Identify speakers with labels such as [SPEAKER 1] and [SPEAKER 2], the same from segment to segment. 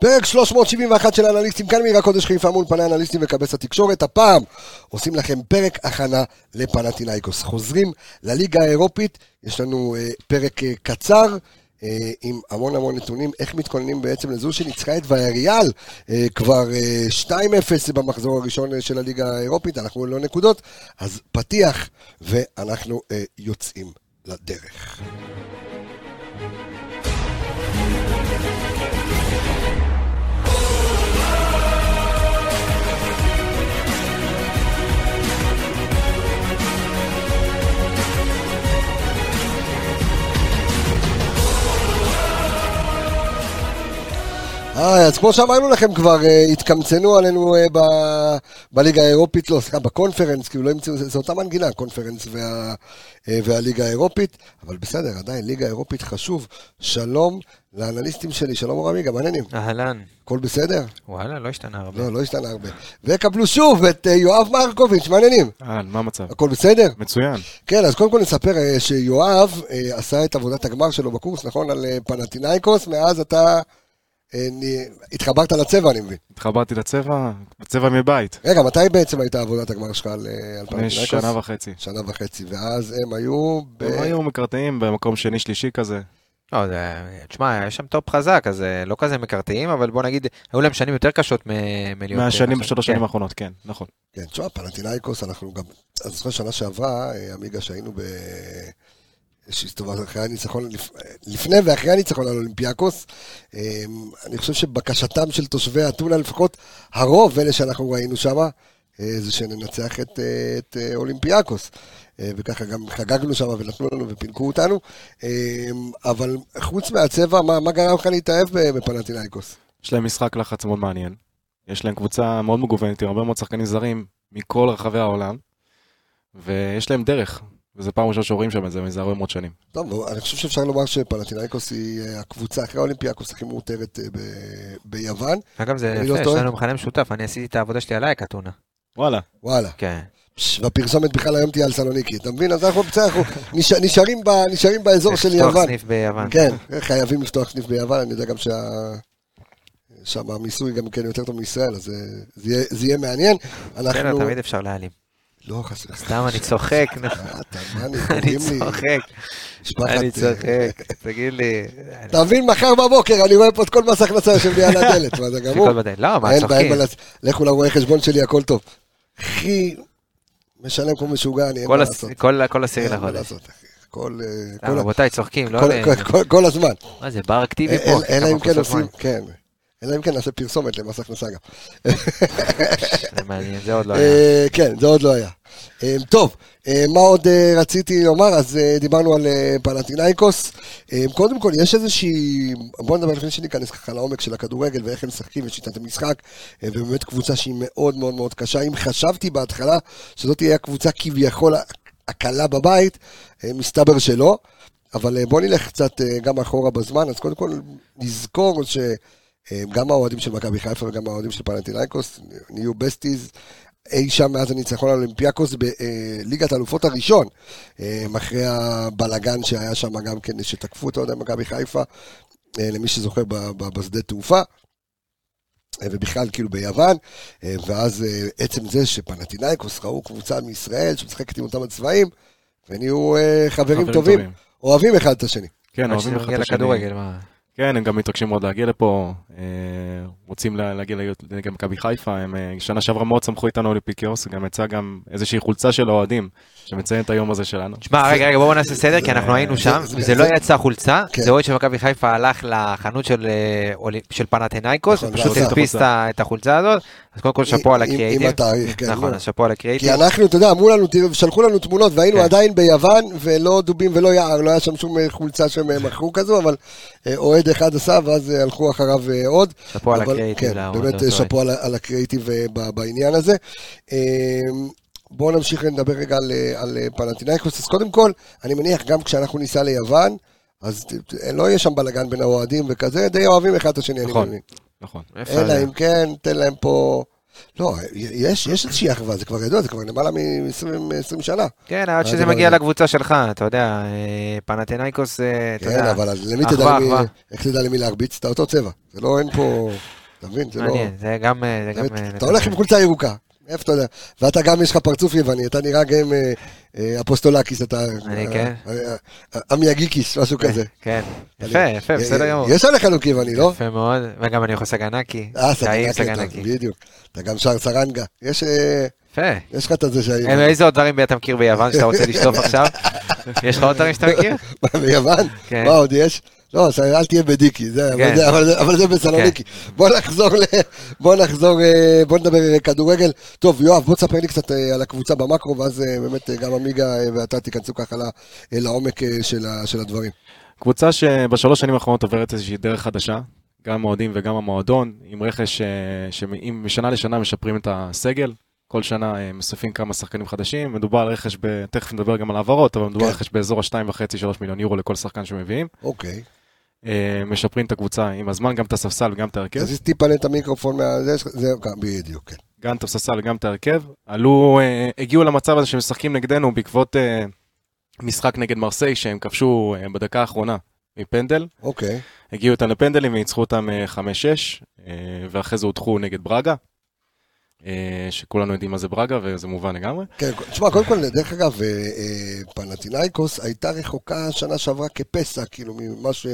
[SPEAKER 1] פרק 371 של אנליסטים, כאן מעיר הקודש חיפה מול פני אנליסטים וכבש התקשורת. הפעם עושים לכם פרק הכנה לפנטינאיקוס. חוזרים לליגה האירופית, יש לנו אה, פרק אה, קצר. אה, עם המון המון נתונים, איך מתכוננים בעצם לזו שניצחה את ויאריאל אה, כבר אה, 2-0 במחזור הראשון אה, של הליגה האירופית, אנחנו ללא נקודות, אז פתיח ואנחנו אה, יוצאים לדרך. אה, אז כמו שאמרנו לכם כבר, אה, התקמצנו עלינו אה, ב- בליגה האירופית, לא, סליחה, בקונפרנס, כאילו לא המציאו, זה, זה אותה מנגינה, הקונפרנס וה, אה, והליגה האירופית, אבל בסדר, עדיין, ליגה אירופית חשוב. שלום לאנליסטים שלי, שלום אורמי, גם העניינים,
[SPEAKER 2] אהלן,
[SPEAKER 1] הכל בסדר?
[SPEAKER 2] וואלה, לא השתנה הרבה.
[SPEAKER 1] לא, לא השתנה הרבה. וקבלו שוב את אה, יואב מרקוביץ', מעניינים,
[SPEAKER 3] אהלן, מה המצב?
[SPEAKER 1] הכל בסדר?
[SPEAKER 3] מצוין.
[SPEAKER 1] כן, אז קודם כל נספר אה, שיואב אה, עשה את עבודת הגמר שלו בקורס, נכון, על אה, פנטינאיקוס, מאז אתה אה, נ- התחברת לצבע, אני מבין.
[SPEAKER 3] התחברתי לצבע, בצבע מבית.
[SPEAKER 1] רגע, מתי בעצם הייתה עבודת הגמר שלך על אה, על
[SPEAKER 3] לפני
[SPEAKER 1] פנתינאיקוס?
[SPEAKER 3] שנה וחצי.
[SPEAKER 1] שנה וחצי, ואז הם היו... ב-
[SPEAKER 3] הם לא היו מקרטעים במקום שני-שלישי כזה.
[SPEAKER 2] לא, זה... תשמע, היה שם טופ חזק, אז אה, לא כזה מקרטעים, אבל בוא נגיד, היו להם שנים יותר קשות מ- מלהיות...
[SPEAKER 3] מהשנים,
[SPEAKER 2] אה,
[SPEAKER 3] שלוש
[SPEAKER 2] כן.
[SPEAKER 3] שנים האחרונות, כן, נכון.
[SPEAKER 1] כן, תשמע, פנטינאיקוס, אנחנו גם... אני זוכר שנה שעברה, אה, עמיגה, שהיינו ב... שהסתובבת אחרי הניצחון, לפ- לפני ואחרי הניצחון על אולימפיאקוס. אה, אני חושב שבקשתם של תושבי אתונה, לפחות הרוב, אלה שאנחנו ראינו שם, זה שננצח את, אה, את אה, אולימפיאקוס. אה, וככה גם חגגנו שם ונתנו לנו ופינקו אותנו. אה, אבל חוץ מהצבע, מה, מה גרם לך להתאהב ב- בפנטינאיקוס?
[SPEAKER 3] יש להם משחק לחץ מאוד מעניין. יש להם קבוצה מאוד מגוונת עם הרבה מאוד שחקנים זרים מכל רחבי העולם, ויש להם דרך. וזו פעם ראשונה שרואים שם את זה מזה הרבה מאוד שנים.
[SPEAKER 1] טוב, אני חושב שאפשר לומר שפלטינאיקוס היא אה, הקבוצה אחרי האולימפיאקוס הכי מאותרת אה, ב- ביוון.
[SPEAKER 2] אגב, זה
[SPEAKER 1] אני לא
[SPEAKER 2] יפה, יש
[SPEAKER 1] טועה.
[SPEAKER 2] לנו מכנה משותף, אני עשיתי את העבודה שלי עליי, קטונה.
[SPEAKER 3] וואלה.
[SPEAKER 1] וואלה.
[SPEAKER 2] כן.
[SPEAKER 1] פש, והפרסומת בכלל היום תהיה על סלוניקי, אתה מבין? אז אנחנו בסדר, אנחנו נשאר- נשארים ב- נשארים באזור של
[SPEAKER 2] לפתוח
[SPEAKER 1] יוון.
[SPEAKER 2] סניף ביוון.
[SPEAKER 1] כן, חייבים לפתוח סניף ביוון, אני יודע גם שה... שם המיסוי גם כן יותר טוב מישראל, אז אה, זה יהיה- זה יהיה מעניין.
[SPEAKER 2] בסדר,
[SPEAKER 1] אנחנו...
[SPEAKER 2] כן, תמיד אפשר להעלים.
[SPEAKER 1] לא, חס וחלילה.
[SPEAKER 2] סתם, אני צוחק, נו.
[SPEAKER 1] אתה, מה, אני
[SPEAKER 2] אני
[SPEAKER 1] קוראים לי
[SPEAKER 2] צוחק,
[SPEAKER 1] משפחת...
[SPEAKER 2] אני
[SPEAKER 1] אה,
[SPEAKER 2] צוחק, תגיד לי. אני
[SPEAKER 1] אתה מבין, מחר בבוקר אני רואה פה את כל מס הכנסה יושב לי על הדלת, מה זה גמור?
[SPEAKER 2] דפיקות בדלת. לא, מה,
[SPEAKER 1] אין בעיה,
[SPEAKER 2] צוחקים?
[SPEAKER 1] אין בעיה, לכו לרואה חשבון שלי, הכל טוב. אחי, משלם כמו משוגע, אני אין מה
[SPEAKER 2] כל הס-
[SPEAKER 1] לעשות.
[SPEAKER 2] כל- כל עשירי
[SPEAKER 1] אין מה
[SPEAKER 2] לחודש.
[SPEAKER 1] לעשות, אחי. כל, אה,
[SPEAKER 2] לא,
[SPEAKER 1] כל-
[SPEAKER 2] רבותיי, צוחקים, לא...
[SPEAKER 1] כל-
[SPEAKER 2] ל-
[SPEAKER 1] כל- כל- כל הזמן.
[SPEAKER 2] מה זה, בר אקטיבי פה?
[SPEAKER 1] אל- אלא
[SPEAKER 2] כמה
[SPEAKER 1] אם כן
[SPEAKER 2] כוסות
[SPEAKER 1] עושים,
[SPEAKER 2] מים.
[SPEAKER 1] כן. אלא אם כן נעשה פרסומת למס הכנסה גם.
[SPEAKER 2] זה מעניין, זה עוד לא היה.
[SPEAKER 1] אה, כן, זה עוד לא היה. אה, טוב, אה, מה עוד אה, רציתי לומר? אז אה, דיברנו על אה, פלטינאיקוס. אה, קודם כל, יש איזושהי... בואו נדבר לפני שניכנס ככה לעומק של הכדורגל ואיך הם משחקים ושיטת המשחק. אה, ובאמת קבוצה שהיא מאוד מאוד מאוד קשה. אם חשבתי בהתחלה שזאת תהיה הקבוצה כביכול הקלה בבית, אה, מסתבר שלא. אבל אה, בואו נלך קצת אה, גם אחורה בזמן. אז קודם כל, נזכור ש... אה, גם האוהדים של מכבי חיפה וגם האוהדים של פלנטינאיקוס נהיו בסטיז אי שם מאז הניצחון על אולימפיאקוס בליגת האלופות הראשון, אה, אחרי הבלגן שהיה שם גם כן, שתקפו את אוהדי מכבי חיפה, אה, למי שזוכר ב- ב- בשדה תעופה, אה, ובכלל כאילו ביוון, אה, ואז אה, עצם זה שפנטינאיקוס ראו קבוצה מישראל שמשחקת עם אותם הצבעים, ונהיו אה, חברים טובים, אוהבים אחד את השני.
[SPEAKER 3] כן,
[SPEAKER 2] עד
[SPEAKER 3] אוהבים
[SPEAKER 2] שזה
[SPEAKER 3] אחד
[SPEAKER 2] מגיע
[SPEAKER 3] את השני.
[SPEAKER 2] לכדורגל, מה?
[SPEAKER 3] כן, הם גם מתרגשים מאוד להגיע לפה, אה, רוצים לה- להגיע להיות- גם מכבי חיפה, הם אה, שנה שעברה מאוד שמחו איתנו לאפיקיוס, גם יצאה גם איזושהי חולצה של האוהדים, שמציינת את היום הזה שלנו.
[SPEAKER 2] תשמע, רגע, רגע, בואו נעשה סדר, כי אנחנו היינו
[SPEAKER 3] זה-
[SPEAKER 2] שם,
[SPEAKER 1] זה-
[SPEAKER 2] זה לא יצא חולצה,
[SPEAKER 1] כן.
[SPEAKER 2] זה אוהד של מכבי חיפה הלך לחנות של, אה, אולי- של פנתנייקוס,
[SPEAKER 1] נכון,
[SPEAKER 2] ופשוט
[SPEAKER 1] ועשה.
[SPEAKER 2] הדפיס את ה- את החולצה הזאת, אז קודם כל שאפו על
[SPEAKER 1] עם- עם-
[SPEAKER 2] הקריאייטיב.
[SPEAKER 1] עם התאריך, כן.
[SPEAKER 2] נכון,
[SPEAKER 1] לא.
[SPEAKER 2] אז שאפו
[SPEAKER 1] כי
[SPEAKER 2] על הקריאייטיב.
[SPEAKER 1] אנחנו, אתה יודע, אמרו לנו, תראו, שלחו לנו תמונות והיינו
[SPEAKER 2] כן.
[SPEAKER 1] עדיין ביוון, ולא דובים ולא יער, לא היה שם שום אה, חולצה שהם אה, מכרו כזו, אבל אה, אוהד אחד עשה, ואז אה, הלכו אחריו אה, עוד.
[SPEAKER 2] שאפו על לא
[SPEAKER 1] אבל-
[SPEAKER 2] הקריאייטיב.
[SPEAKER 1] כן,
[SPEAKER 2] לעמוד
[SPEAKER 1] באמת
[SPEAKER 2] באותו
[SPEAKER 1] שאפו על ה- על הקריאיטיב אה, ב- בעניין הזה. אה, בואו נמשיך לדבר רגע על, אה, על אה, פלנטינאיקוס. אז קודם כל, אני מניח גם כשאנחנו ניסע ליוון, אז ת- ת- לא יהיה שם בלאגן בין האוהדים וכזה, די אוהבים אחד את השני, אני
[SPEAKER 3] נכון.
[SPEAKER 1] מבין.
[SPEAKER 3] נכון.
[SPEAKER 2] עת. איפה
[SPEAKER 1] אלא
[SPEAKER 2] זה?
[SPEAKER 1] אם כן, תן להם פה לא, יש, יש איזושהי אחווה, זה כבר ידוע, זה כבר למעלה מ-20 שנה.
[SPEAKER 2] כן, עד שזה
[SPEAKER 1] הדבר
[SPEAKER 2] מגיע
[SPEAKER 1] הזה.
[SPEAKER 2] לקבוצה שלך, אתה יודע, אה, פנתנאיקוס, אה, אתה
[SPEAKER 1] כן,
[SPEAKER 2] יודע,
[SPEAKER 1] אבל אז למי תדע
[SPEAKER 2] אחווה,
[SPEAKER 1] למי,
[SPEAKER 2] אחווה.
[SPEAKER 1] איך תדע למי להרביץ? אתה אותו צבע. זה לא, אין פה, אתה מבין? זה לא...
[SPEAKER 2] מעניין, זה גם... אה, זה גם,
[SPEAKER 1] אתה-
[SPEAKER 2] אה,
[SPEAKER 1] אתה הולך עם חולצה ירוקה. איפה אתה יודע? ואתה גם, יש לך פרצוף יווני, אתה נראה גם אה, אה, אפוסטולקיס, אתה...
[SPEAKER 2] אני
[SPEAKER 1] אה,
[SPEAKER 2] כן.
[SPEAKER 1] אה, אה, עמיאגיקיס, משהו כזה.
[SPEAKER 2] כן, יפה, יפה, בסדר
[SPEAKER 1] אה,
[SPEAKER 2] גמור.
[SPEAKER 1] יש עליך לוק יווני, לא?
[SPEAKER 2] יפה מאוד, וגם אני יכול סגנקי.
[SPEAKER 1] אה,
[SPEAKER 2] טעים
[SPEAKER 1] סגנקי, אתה- בדיוק. אתה גם שר סרנגה. יש אה,
[SPEAKER 2] יפה.
[SPEAKER 1] יש לך את הזה
[SPEAKER 2] אה,
[SPEAKER 1] שהיו.
[SPEAKER 2] איזה עוד דברים אתה מכיר ביוון שאתה רוצה לשטוף עכשיו? יש לך עוד דברים שאתה מכיר?
[SPEAKER 1] מה, ביוון?
[SPEAKER 2] כן.
[SPEAKER 1] מה עוד יש? לא, אז אל תהיה בדיקי, זה- אבל
[SPEAKER 2] כן.
[SPEAKER 1] זה- אבל זה- אבל זה בסלוניקי. בוא נחזור, ל- בוא נחזור, אה, בוא נדבר אה, כדורגל. טוב, יואב, בוא תספר לי קצת אה, על הקבוצה במקרו, ואז אה, באמת אה, גם עמיגה אה, ואתה תיכנסו ככה ל- אה, לעומק אה, של ה- של הדברים.
[SPEAKER 3] קבוצה שבשלוש שנים האחרונות עוברת איזושהי דרך חדשה, גם האוהדים וגם המועדון, עם רכש אה, שמשנה לשנה משפרים את הסגל. כל שנה אה, מוסיפים כמה שחקנים חדשים, מדובר על רכש, ב... תכף נדבר גם על העברות, אבל מדובר על
[SPEAKER 1] כן.
[SPEAKER 3] רכש באזור ה-2.5-3 מיליון יורו לכל שחקן שמביאים.
[SPEAKER 1] אוקיי.
[SPEAKER 3] אה, משפרים את הקבוצה עם הזמן, גם את הספסל וגם את ההרכב.
[SPEAKER 1] תזיז טיפה את המיקרופון מה... זה, יש לך- זה- בדיוק, כן.
[SPEAKER 3] גם את הספסל וגם את ההרכב. עלו, אה, הגיעו למצב הזה שמשחקים נגדנו בעקבות אה, משחק נגד מרסיי שהם כבשו אה, בדקה האחרונה מפנדל.
[SPEAKER 1] אוקיי.
[SPEAKER 3] הגיעו איתם לפנדלים וניצחו אותם אה, 5-6, אה, ואחרי זה הודחו נגד ברגה, אה, שכולנו יודעים מה זה ברגה וזה מובן לגמרי.
[SPEAKER 1] כן, תשמע, קודם כל, דרך אגב, אה, אה, פנטינאיקוס הייתה רחוקה שנה שעברה כפסע, כאילו, ממה ש...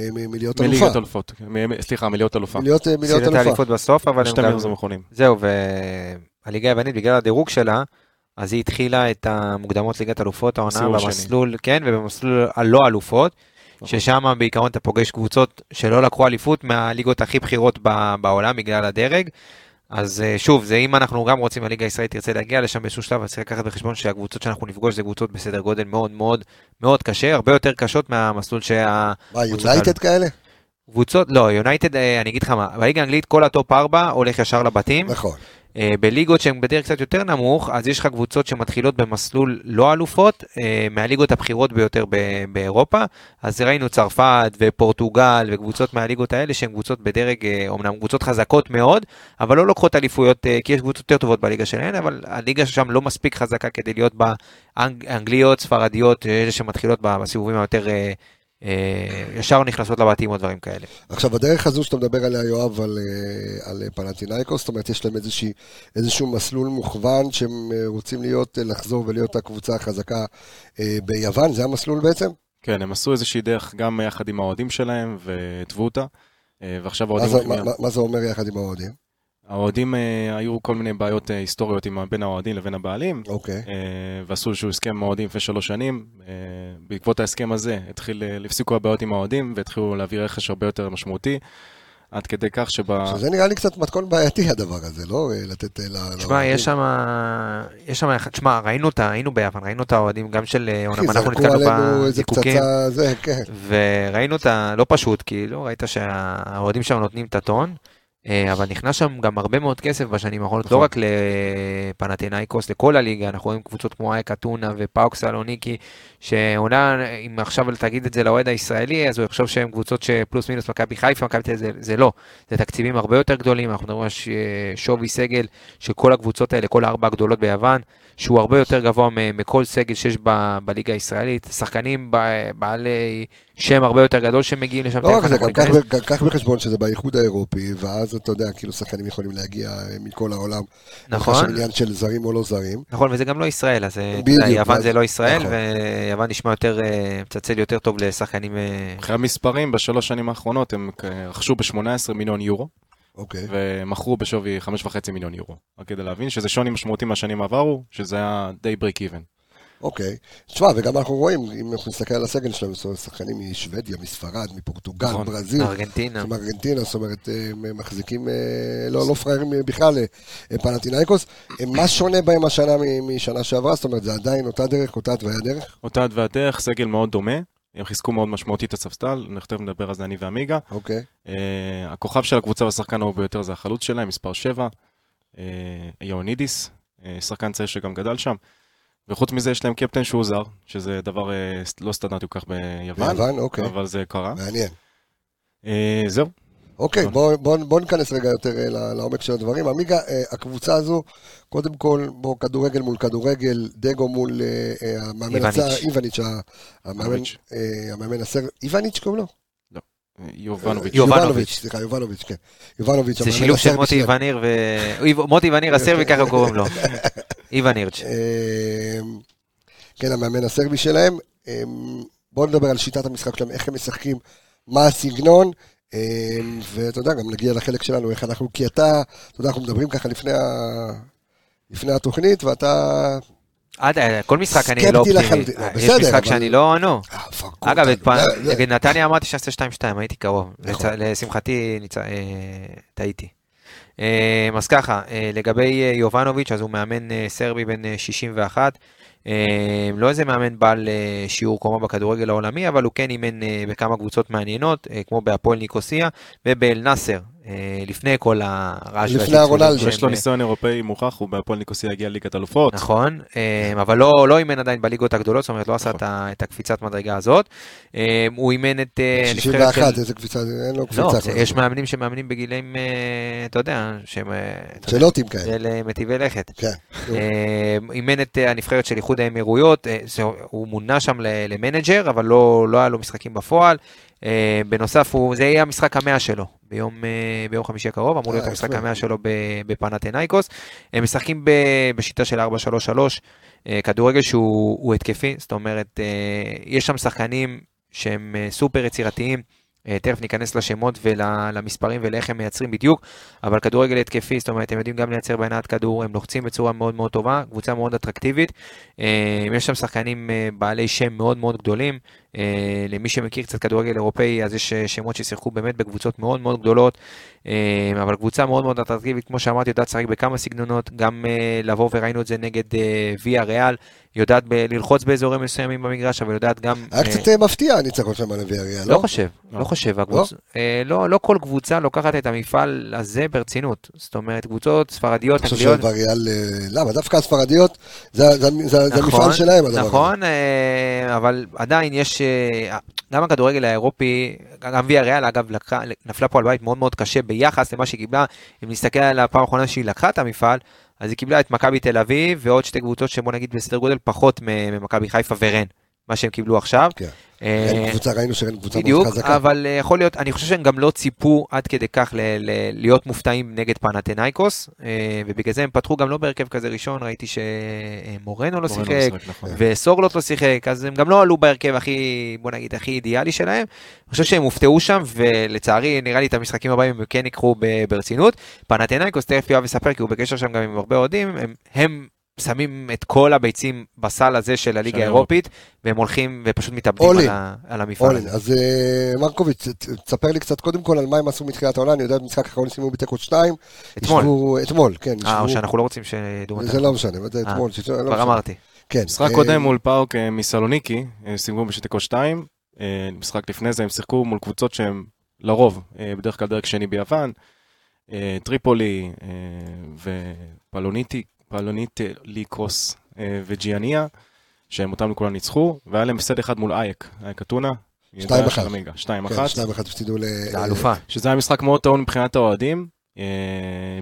[SPEAKER 1] אה, מ- מלהיות אלופה.
[SPEAKER 3] מליגת אלופות, מ- סליחה, מליגת אלופה.
[SPEAKER 1] מלהיות אה, מלהיות
[SPEAKER 2] הפסיד את
[SPEAKER 1] אלופה.
[SPEAKER 2] האליפות בסוף, אבל
[SPEAKER 3] שתי
[SPEAKER 2] הם גם...
[SPEAKER 3] מיליון מכונים.
[SPEAKER 2] זהו, והליגה היוונית, בגלל הדירוג שלה, אז היא התחילה את המוקדמות ליגת אלופות העונה
[SPEAKER 3] בסיבוב השני.
[SPEAKER 2] במסלול, כן, ובמסלול הלא אלופות, ששם בעיקרון אתה פוגש קבוצות שלא לקחו אליפות מהליגות הכי בכירות ב- בעולם בגלל הדרג. אז אה, שוב, זה אם אנחנו גם רוצים, הליגה הישראלית תרצה להגיע לשם באיזשהו שלב, אז צריך לקחת בחשבון שהקבוצות שאנחנו נפגוש זה קבוצות בסדר גודל מאוד מאוד מאוד קשה, הרבה יותר קשות מהמסלול שה...
[SPEAKER 1] מה,
[SPEAKER 2] קבוצות
[SPEAKER 1] יונייטד כאלה?
[SPEAKER 2] קבוצות, לא, יונייטד, אה, אני אגיד לך מה, בליגה האנגלית כל הטופ 4 הולך ישר לבתים.
[SPEAKER 1] נכון.
[SPEAKER 2] אה, בליגות שהן בדרך קצת יותר נמוך, אז יש לך קבוצות שמתחילות במסלול לא אלופות, אה, מהליגות הבכירות ביותר ב- באירופה. אז ראינו צרפת ופורטוגל וקבוצות מהליגות האלה שהן קבוצות בדרג, אה, אומנם קבוצות חזקות מאוד, אבל לא לוקחות אליפויות, אה, כי יש קבוצות יותר טובות בליגה שלהן, אבל הליגה שם לא מספיק חזקה כדי להיות בה אנג- אנגליות, ספרדיות, אה, אלה שמתחילות בסיבובים היותר... אה, אה, ישר נכנסות לבתים או דברים כאלה.
[SPEAKER 1] עכשיו, הדרך הזו שאתה מדבר עליה, יואב, על, אה, על אה, פנטינאיקוס, זאת אומרת, יש להם איזושהי, איזשהו מסלול מוכוון שהם אה, רוצים להיות, אה, לחזור ולהיות הקבוצה החזקה אה, ביוון, זה המסלול בעצם?
[SPEAKER 3] כן, הם עשו איזושהי דרך גם יחד עם האוהדים שלהם, והתוו אותה, אה, ועכשיו
[SPEAKER 1] מה
[SPEAKER 3] האוהדים...
[SPEAKER 1] זה,
[SPEAKER 3] הולכים
[SPEAKER 1] מה, מה- מה זה אומר יחד עם האוהדים?
[SPEAKER 3] האוהדים, אה, היו כל מיני בעיות אה, היסטוריות עם ה- בין האוהדים לבין הבעלים,
[SPEAKER 1] אוקיי.
[SPEAKER 3] אה, ועשו איזשהו הסכם עם האוהדים לפני שלוש שנים. אה, בעקבות ההסכם הזה התחיל, אה, הפסיקו הבעיות עם האוהדים והתחילו להביא רכש הרבה יותר משמעותי, עד כדי כך שב...
[SPEAKER 2] אה.
[SPEAKER 1] שזה נראה לי קצת מתכון בעייתי הדבר הזה, לא אה, לתת אה, ל...
[SPEAKER 2] תשמע, יש שם, יש שם, תשמע, ראינו אותה, היינו ביוון, ראינו את האוהדים גם של אה,
[SPEAKER 1] אחי,
[SPEAKER 2] אומנם אנחנו
[SPEAKER 1] זרקו
[SPEAKER 2] נתקענו
[SPEAKER 1] עלינו איזה
[SPEAKER 2] בזיקוקים,
[SPEAKER 1] פצצה, זה, כן.
[SPEAKER 2] וראינו אותה לא פשוט, כאילו, ראית שהאוהדים שם נותנים את הטון, אה, אבל נכנס שם גם הרבה מאוד כסף בשנים האחרונות, לא
[SPEAKER 3] נכון.
[SPEAKER 2] רק לפנתנאיקוס, לכל הליגה, אנחנו רואים קבוצות כמו אייקה טונה ופאוק סלוניקי, שעונה, אם עכשיו תגיד את זה לאוהד הישראלי, אז הוא יחשוב שהן קבוצות שפלוס מינוס מכבי חיפה, מכבי תל אביב, זה- זה לא. זה תקציבים הרבה יותר גדולים, אנחנו מדברים על ש- שווי סגל של כל הקבוצות האלה, כל הארבע הגדולות ביוון, שהוא הרבה יותר גבוה מ- מכל סגל שיש ב- בליגה הישראלית. שחקנים ב- בעלי שם הרבה יותר גדול שמגיעים לשם.
[SPEAKER 1] לא רק
[SPEAKER 2] תכף
[SPEAKER 1] זה,
[SPEAKER 2] אנחנו
[SPEAKER 1] גם קח
[SPEAKER 2] ניכנס.
[SPEAKER 1] ב- גם קח בחשבון שזה באיחוד האירופי, ואז אתה יודע, כאילו שחקנים יכולים להגיע אה, מכל העולם. יש
[SPEAKER 2] נכון,
[SPEAKER 1] שם עניין של זרים או לא זרים.
[SPEAKER 2] נכון, וזה גם לא ישראל, אז אה,
[SPEAKER 1] בדיוק,
[SPEAKER 2] יוון
[SPEAKER 1] אז-
[SPEAKER 2] זה לא ישראל,
[SPEAKER 1] נכון.
[SPEAKER 2] ויוון נשמע יותר, אה, מצלצל יותר טוב לשחקנים... אה,
[SPEAKER 3] מבחינת מספרים, בשלוש שנים האחרונות הם אה, רכשו ב-18 מיליון יורו,
[SPEAKER 1] אוקיי.
[SPEAKER 3] ומכרו בשווי 5.5 מיליון יורו. רק כדי להבין שזה שוני משמעותי מהשנים עברו, שזה היה די break even.
[SPEAKER 1] אוקיי. תשמע, וגם אנחנו רואים, אם אנחנו נסתכל על הסגל שלהם, זאת אומרת, שחקנים משוודיה, מספרד, מפורטוגל,
[SPEAKER 3] נכון.
[SPEAKER 1] ברזיל,
[SPEAKER 2] ארגנטינה.
[SPEAKER 1] מארגנטינה, זאת אומרת, הם הם מחזיקים אה, לא לא פראיירים בכלל, אה, אה, פנטינאיקוס. אה, מה שונה בהם השנה מ- משנה שעברה? זאת אומרת, זה עדיין אותה דרך, אותה התוויה דרך?
[SPEAKER 3] אותה והדרך, סגל מאוד דומה, הם חיזקו מאוד משמעותית את הספסל, תכף נדבר על זה אני ועמיגה.
[SPEAKER 1] אוקיי.
[SPEAKER 3] אה, הכוכב של הקבוצה והשחקן האהוב ביותר זה החלוץ שלהם, מספר 7, יאונידיס, אה, שחקן צעיר שגם גדל שם. וחוץ מזה יש להם קפטן שהוא זר, שזה דבר אה, לא סטנדרטי כל כך ביוון,
[SPEAKER 1] ביוון, אוקיי.
[SPEAKER 3] אבל זה קרה.
[SPEAKER 1] מעניין.
[SPEAKER 3] אה, זהו,
[SPEAKER 1] אוקיי,
[SPEAKER 2] נכון.
[SPEAKER 1] בואו בוא, בוא ניכנס רגע יותר אה, ל- לעומק של הדברים. עמיגה, אה, הקבוצה הזו, קודם כל, בוא, כדורגל מול כדורגל, דגו מול אה, אה, המאמן
[SPEAKER 2] איווניץ'.
[SPEAKER 1] הצער, איווניץ', ה- המאמן-
[SPEAKER 3] איווניץ'.
[SPEAKER 1] אה, המאמן הסר, איווניץ' קוראים לו?
[SPEAKER 3] אה, יובנוביץ'.
[SPEAKER 2] יוב- יובנוביץ'.
[SPEAKER 1] סליחה, יובנוביץ', כן. יובנוביץ',
[SPEAKER 2] זה
[SPEAKER 1] המאמן
[SPEAKER 2] שילוב של
[SPEAKER 1] הסרבי
[SPEAKER 2] מוטי
[SPEAKER 1] שלהם.
[SPEAKER 2] איווניר ו... איב- מוטי איווניר הסרבי,
[SPEAKER 1] אוקיי.
[SPEAKER 2] ככה קוראים לו. איוונירץ'.
[SPEAKER 1] אה, אמ, כן, המאמן הסרבי שלהם. אמ, בואו נדבר על שיטת המשחק שלהם, איך הם משחקים, מה הסגנון, אמ, ואתה יודע, גם נגיע לחלק שלנו, איך אנחנו, כי אתה, אתה יודע, אנחנו מדברים ככה לפני ה- לפני התוכנית, ואתה...
[SPEAKER 2] עד- אה, כל משחק אני
[SPEAKER 1] סקפטי
[SPEAKER 2] לא אופטימי.
[SPEAKER 1] לחלוטין.
[SPEAKER 2] אה, יש
[SPEAKER 1] בסדר,
[SPEAKER 2] משחק
[SPEAKER 1] אבל-
[SPEAKER 2] שאני לא... נו.
[SPEAKER 1] אה, פאק,
[SPEAKER 2] אגב, את
[SPEAKER 1] אתה-
[SPEAKER 2] פעם-
[SPEAKER 1] זה- זה-
[SPEAKER 2] נגד נתניה אמרתי שנעשה 2-2, הייתי קרוב.
[SPEAKER 1] נכון.
[SPEAKER 2] לצ- לשמחתי, ניצ- אה, טעיתי. אה, אז ככה, אה, לגבי אה, יובנוביץ', אז הוא מאמן אה, סרבי בן אה, 61. אה, לא איזה מאמן בעל אה, שיעור קומה בכדורגל העולמי, אבל הוא כן אימן אה, בכמה קבוצות מעניינות, אה, כמו בהפועל ניקוסיה ובאל נאסר, אה, לפני כל הרעש.
[SPEAKER 1] לפני
[SPEAKER 2] והצלצולים
[SPEAKER 1] הרונלדו.
[SPEAKER 2] שהם,
[SPEAKER 3] יש לו
[SPEAKER 2] אה,
[SPEAKER 3] ניסיון אירופאי מוכח, הוא בהפועל ניקוסיה הגיע לליגת אלופות.
[SPEAKER 2] נכון,
[SPEAKER 1] כן.
[SPEAKER 2] אמ, אבל לא לא אימן עדיין בליגות הגדולות, זאת אומרת לא
[SPEAKER 1] נכון.
[SPEAKER 2] עשה את ה- את הקפיצת מדרגה הזאת. אמ, הוא אימן את אה, הנבחרת
[SPEAKER 1] 61,
[SPEAKER 2] של...
[SPEAKER 1] איזה קפיצה, זה- אין לו
[SPEAKER 2] לא,
[SPEAKER 1] קפיצה.
[SPEAKER 2] זה-
[SPEAKER 1] כל
[SPEAKER 2] יש
[SPEAKER 1] הזמן.
[SPEAKER 2] מאמנים שמאמנים בגילים, אה, אתה יודע, שהם... אה, אתה יודע,
[SPEAKER 1] שאלותים כאלה.
[SPEAKER 2] זה מטיבי לכת.
[SPEAKER 1] כן. נו.
[SPEAKER 2] אמ, אימן את אה, הנבחרת של איחוד האמירויות, אה, זה- הוא מונה שם ל- למנג'ר, אבל לא לא היה לו משחקים בפועל. אה, בנוסף, הוא- זה יהיה המשחק המאה שלו, ביום אה, ביום חמישי הקרוב, אמור להיות
[SPEAKER 1] אה,
[SPEAKER 2] המשחק
[SPEAKER 1] יפה.
[SPEAKER 2] המאה שלו ב- בפנתנייקוס. הם משחקים ב- בשיטה של 4-3-3, אה, כדורגל שהוא הוא התקפי, זאת אומרת, אה, יש שם שחקנים שהם אה, סופר יצירתיים. אה, תכף ניכנס לשמות ולמספרים ולאיך הם מייצרים בדיוק, אבל כדורגל התקפי, זאת אומרת, הם יודעים גם לייצר בהנעת כדור, הם לוחצים בצורה מאוד מאוד טובה, קבוצה מאוד אטרקטיבית. אה, יש שם שחקנים אה, בעלי שם מאוד מאוד גדולים. אה, למי שמכיר קצת כדורגל אירופאי, אז יש אה, שמות ששיחקו באמת בקבוצות מאוד מאוד גדולות, אה, אבל קבוצה מאוד מאוד אטרקטיבית, כמו שאמרתי, יודעת לשחק בכמה סגנונות, גם אה, לבוא וראינו את זה נגד אה, ויה ריאל, יודעת ב- ללחוץ באזורים מסוימים במגרש, אבל יודעת גם...
[SPEAKER 1] היה
[SPEAKER 2] אה,
[SPEAKER 1] קצת אה, מפתיע הניצחון שם על אביאריה,
[SPEAKER 2] לא
[SPEAKER 1] לא?
[SPEAKER 2] חושב, לא
[SPEAKER 3] לא.
[SPEAKER 2] חושב, הקבוצ- אה, לא לא כל קבוצה לוקחת את המפעל הזה ברצינות. זאת אומרת, קבוצות ספרדיות,
[SPEAKER 1] אני חושב
[SPEAKER 2] אנגליות,
[SPEAKER 1] שאביאריאל, אה, למה? דווקא הספרדיות, זה זה- זה- זה
[SPEAKER 2] נכון,
[SPEAKER 1] המפעל שלהם, הדבר הזה.
[SPEAKER 2] נכון, אה, אבל עדיין יש, אה, גם הכדורגל האירופי, גם ויה ריאל אגב לקחה- נפלה פה על בית מאוד מאוד קשה ביחס למה שהיא קיבלה, אם נסתכל על הפעם האחרונה שהיא לקחה את המפעל, אז היא קיבלה את מכבי תל אביב ועוד שתי קבוצות שבוא נגיד בסדר גודל פחות מ- ממכבי חיפה ורן, מה שהם קיבלו עכשיו.
[SPEAKER 1] כן.
[SPEAKER 2] אה,
[SPEAKER 1] אין קבוצה, ראינו שאין קבוצה מאוד
[SPEAKER 2] בדיוק,
[SPEAKER 1] חזקה.
[SPEAKER 2] אבל אה, יכול להיות, אני חושב שהם גם לא ציפו עד כדי כך ל- ל- להיות מופתעים נגד פנתנייקוס, אה, ובגלל זה הם פתחו גם לא בהרכב כזה ראשון, ראיתי שמורנו לא
[SPEAKER 3] מורנו
[SPEAKER 2] שיחק,
[SPEAKER 3] משחק, נכון.
[SPEAKER 2] וסורלוט לא שיחק, אז הם גם לא עלו בהרכב הכי, בוא נגיד, הכי אידיאלי שלהם. אני חושב שהם הופתעו שם, ולצערי, נראה לי את המשחקים הבאים הם כן ייקחו ב- ברצינות. פנתנאיקוס, תכף יואב יספר, כי הוא בקשר שם גם עם הרבה אוהדים, הם, הם שמים את כל הביצים בסל הזה של הליגה
[SPEAKER 3] של
[SPEAKER 2] האירופית, והם הולכים ופשוט מתאבדים
[SPEAKER 1] אולי.
[SPEAKER 2] על, ה, על המפעל
[SPEAKER 1] אולן,
[SPEAKER 2] הזה.
[SPEAKER 1] אז אה, מרקוביץ', ת- תספר לי קצת קודם כל על מה הם עשו מתחילת העונה, אני יודע במשחק האחרון סיימו בתיקו 2.
[SPEAKER 2] אתמול.
[SPEAKER 1] ישבו- אתמול, כן.
[SPEAKER 2] אה, או
[SPEAKER 1] ישבו-
[SPEAKER 2] שאנחנו לא רוצים שידעו מתי.
[SPEAKER 1] זה לא משנה, אבל זה
[SPEAKER 2] אה,
[SPEAKER 1] אתמול. שלשום, לא
[SPEAKER 2] כבר
[SPEAKER 1] משנה.
[SPEAKER 2] אמרתי.
[SPEAKER 1] כן.
[SPEAKER 3] משחק
[SPEAKER 1] אה,
[SPEAKER 3] קודם מול פאוק אה, מסלוניקי, אה, סיימו בשתיקו 2, אה, משחק לפני זה הם שיחקו מול קבוצות שהם לרוב, אה, בדרך כלל דרג שני ביוון, אה, טריפולי אה, ופלוניטי, פלוניטליקוס אה, וג'יאניה, שהם אותם כולם ניצחו, והיה להם הפסד אחד מול אייק, אייק אתונה.
[SPEAKER 1] שתיים אחד.
[SPEAKER 3] 2
[SPEAKER 1] כן,
[SPEAKER 3] 1
[SPEAKER 1] שתיים אחת הפסידו ל...
[SPEAKER 2] לאלופה.
[SPEAKER 3] שזה היה משחק מאוד טעון מבחינת האוהדים. אה,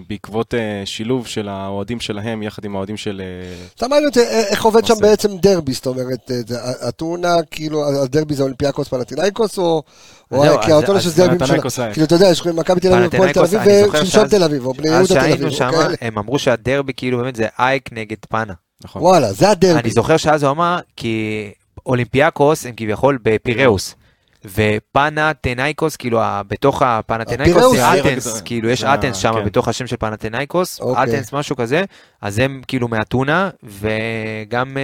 [SPEAKER 3] בעקבות אה, שילוב של האוהדים שלהם יחד עם האוהדים של... אה,
[SPEAKER 1] אתה מעניין אותי אה, איך עובד שם
[SPEAKER 3] עושה.
[SPEAKER 1] בעצם דרבי, זאת אומרת, אה, זה- ה- הטונה, כאילו, הדרבי זה אולימפיאקוס פלטינאיקוס, או... או
[SPEAKER 2] זהו,
[SPEAKER 1] ה- כי
[SPEAKER 2] אז-
[SPEAKER 1] הטונה
[SPEAKER 2] אז
[SPEAKER 1] שזה דרבים שלה.
[SPEAKER 3] פנתנייקוס אייק.
[SPEAKER 1] כאילו, אתה יודע, יש מכבי תל אביב, הפועל תל
[SPEAKER 2] פנתנייקוס,
[SPEAKER 1] אביב,
[SPEAKER 2] אני זוכר
[SPEAKER 1] ושמשון
[SPEAKER 2] שאז-
[SPEAKER 1] תל אביב, או בני
[SPEAKER 2] אז
[SPEAKER 1] אה, יהודה תל אביב, אוקיי.
[SPEAKER 2] שהיינו
[SPEAKER 1] או
[SPEAKER 2] שם,
[SPEAKER 1] כאלה.
[SPEAKER 2] הם אמרו שהדרבי כאילו באמת זה אייק נגד פאנה.
[SPEAKER 3] נכון.
[SPEAKER 1] וואלה, זה הדרבי.
[SPEAKER 2] אני זוכר שאז הוא אמר, כי אולימפיאקוס הם כביכול בפיראוס. ופנתנייקוס, כאילו, ה- בתוך הפנתנייקוס
[SPEAKER 1] הפיראוס
[SPEAKER 2] זה
[SPEAKER 1] זה
[SPEAKER 2] אתנס,
[SPEAKER 3] רק-
[SPEAKER 2] כאילו, יש
[SPEAKER 3] זה ה-
[SPEAKER 2] אתנס שם
[SPEAKER 3] כן.
[SPEAKER 2] בתוך השם של פנתנייקוס,
[SPEAKER 1] אוקיי.
[SPEAKER 2] אתנס, משהו כזה, אז הם כאילו מאתונה, וגם אה,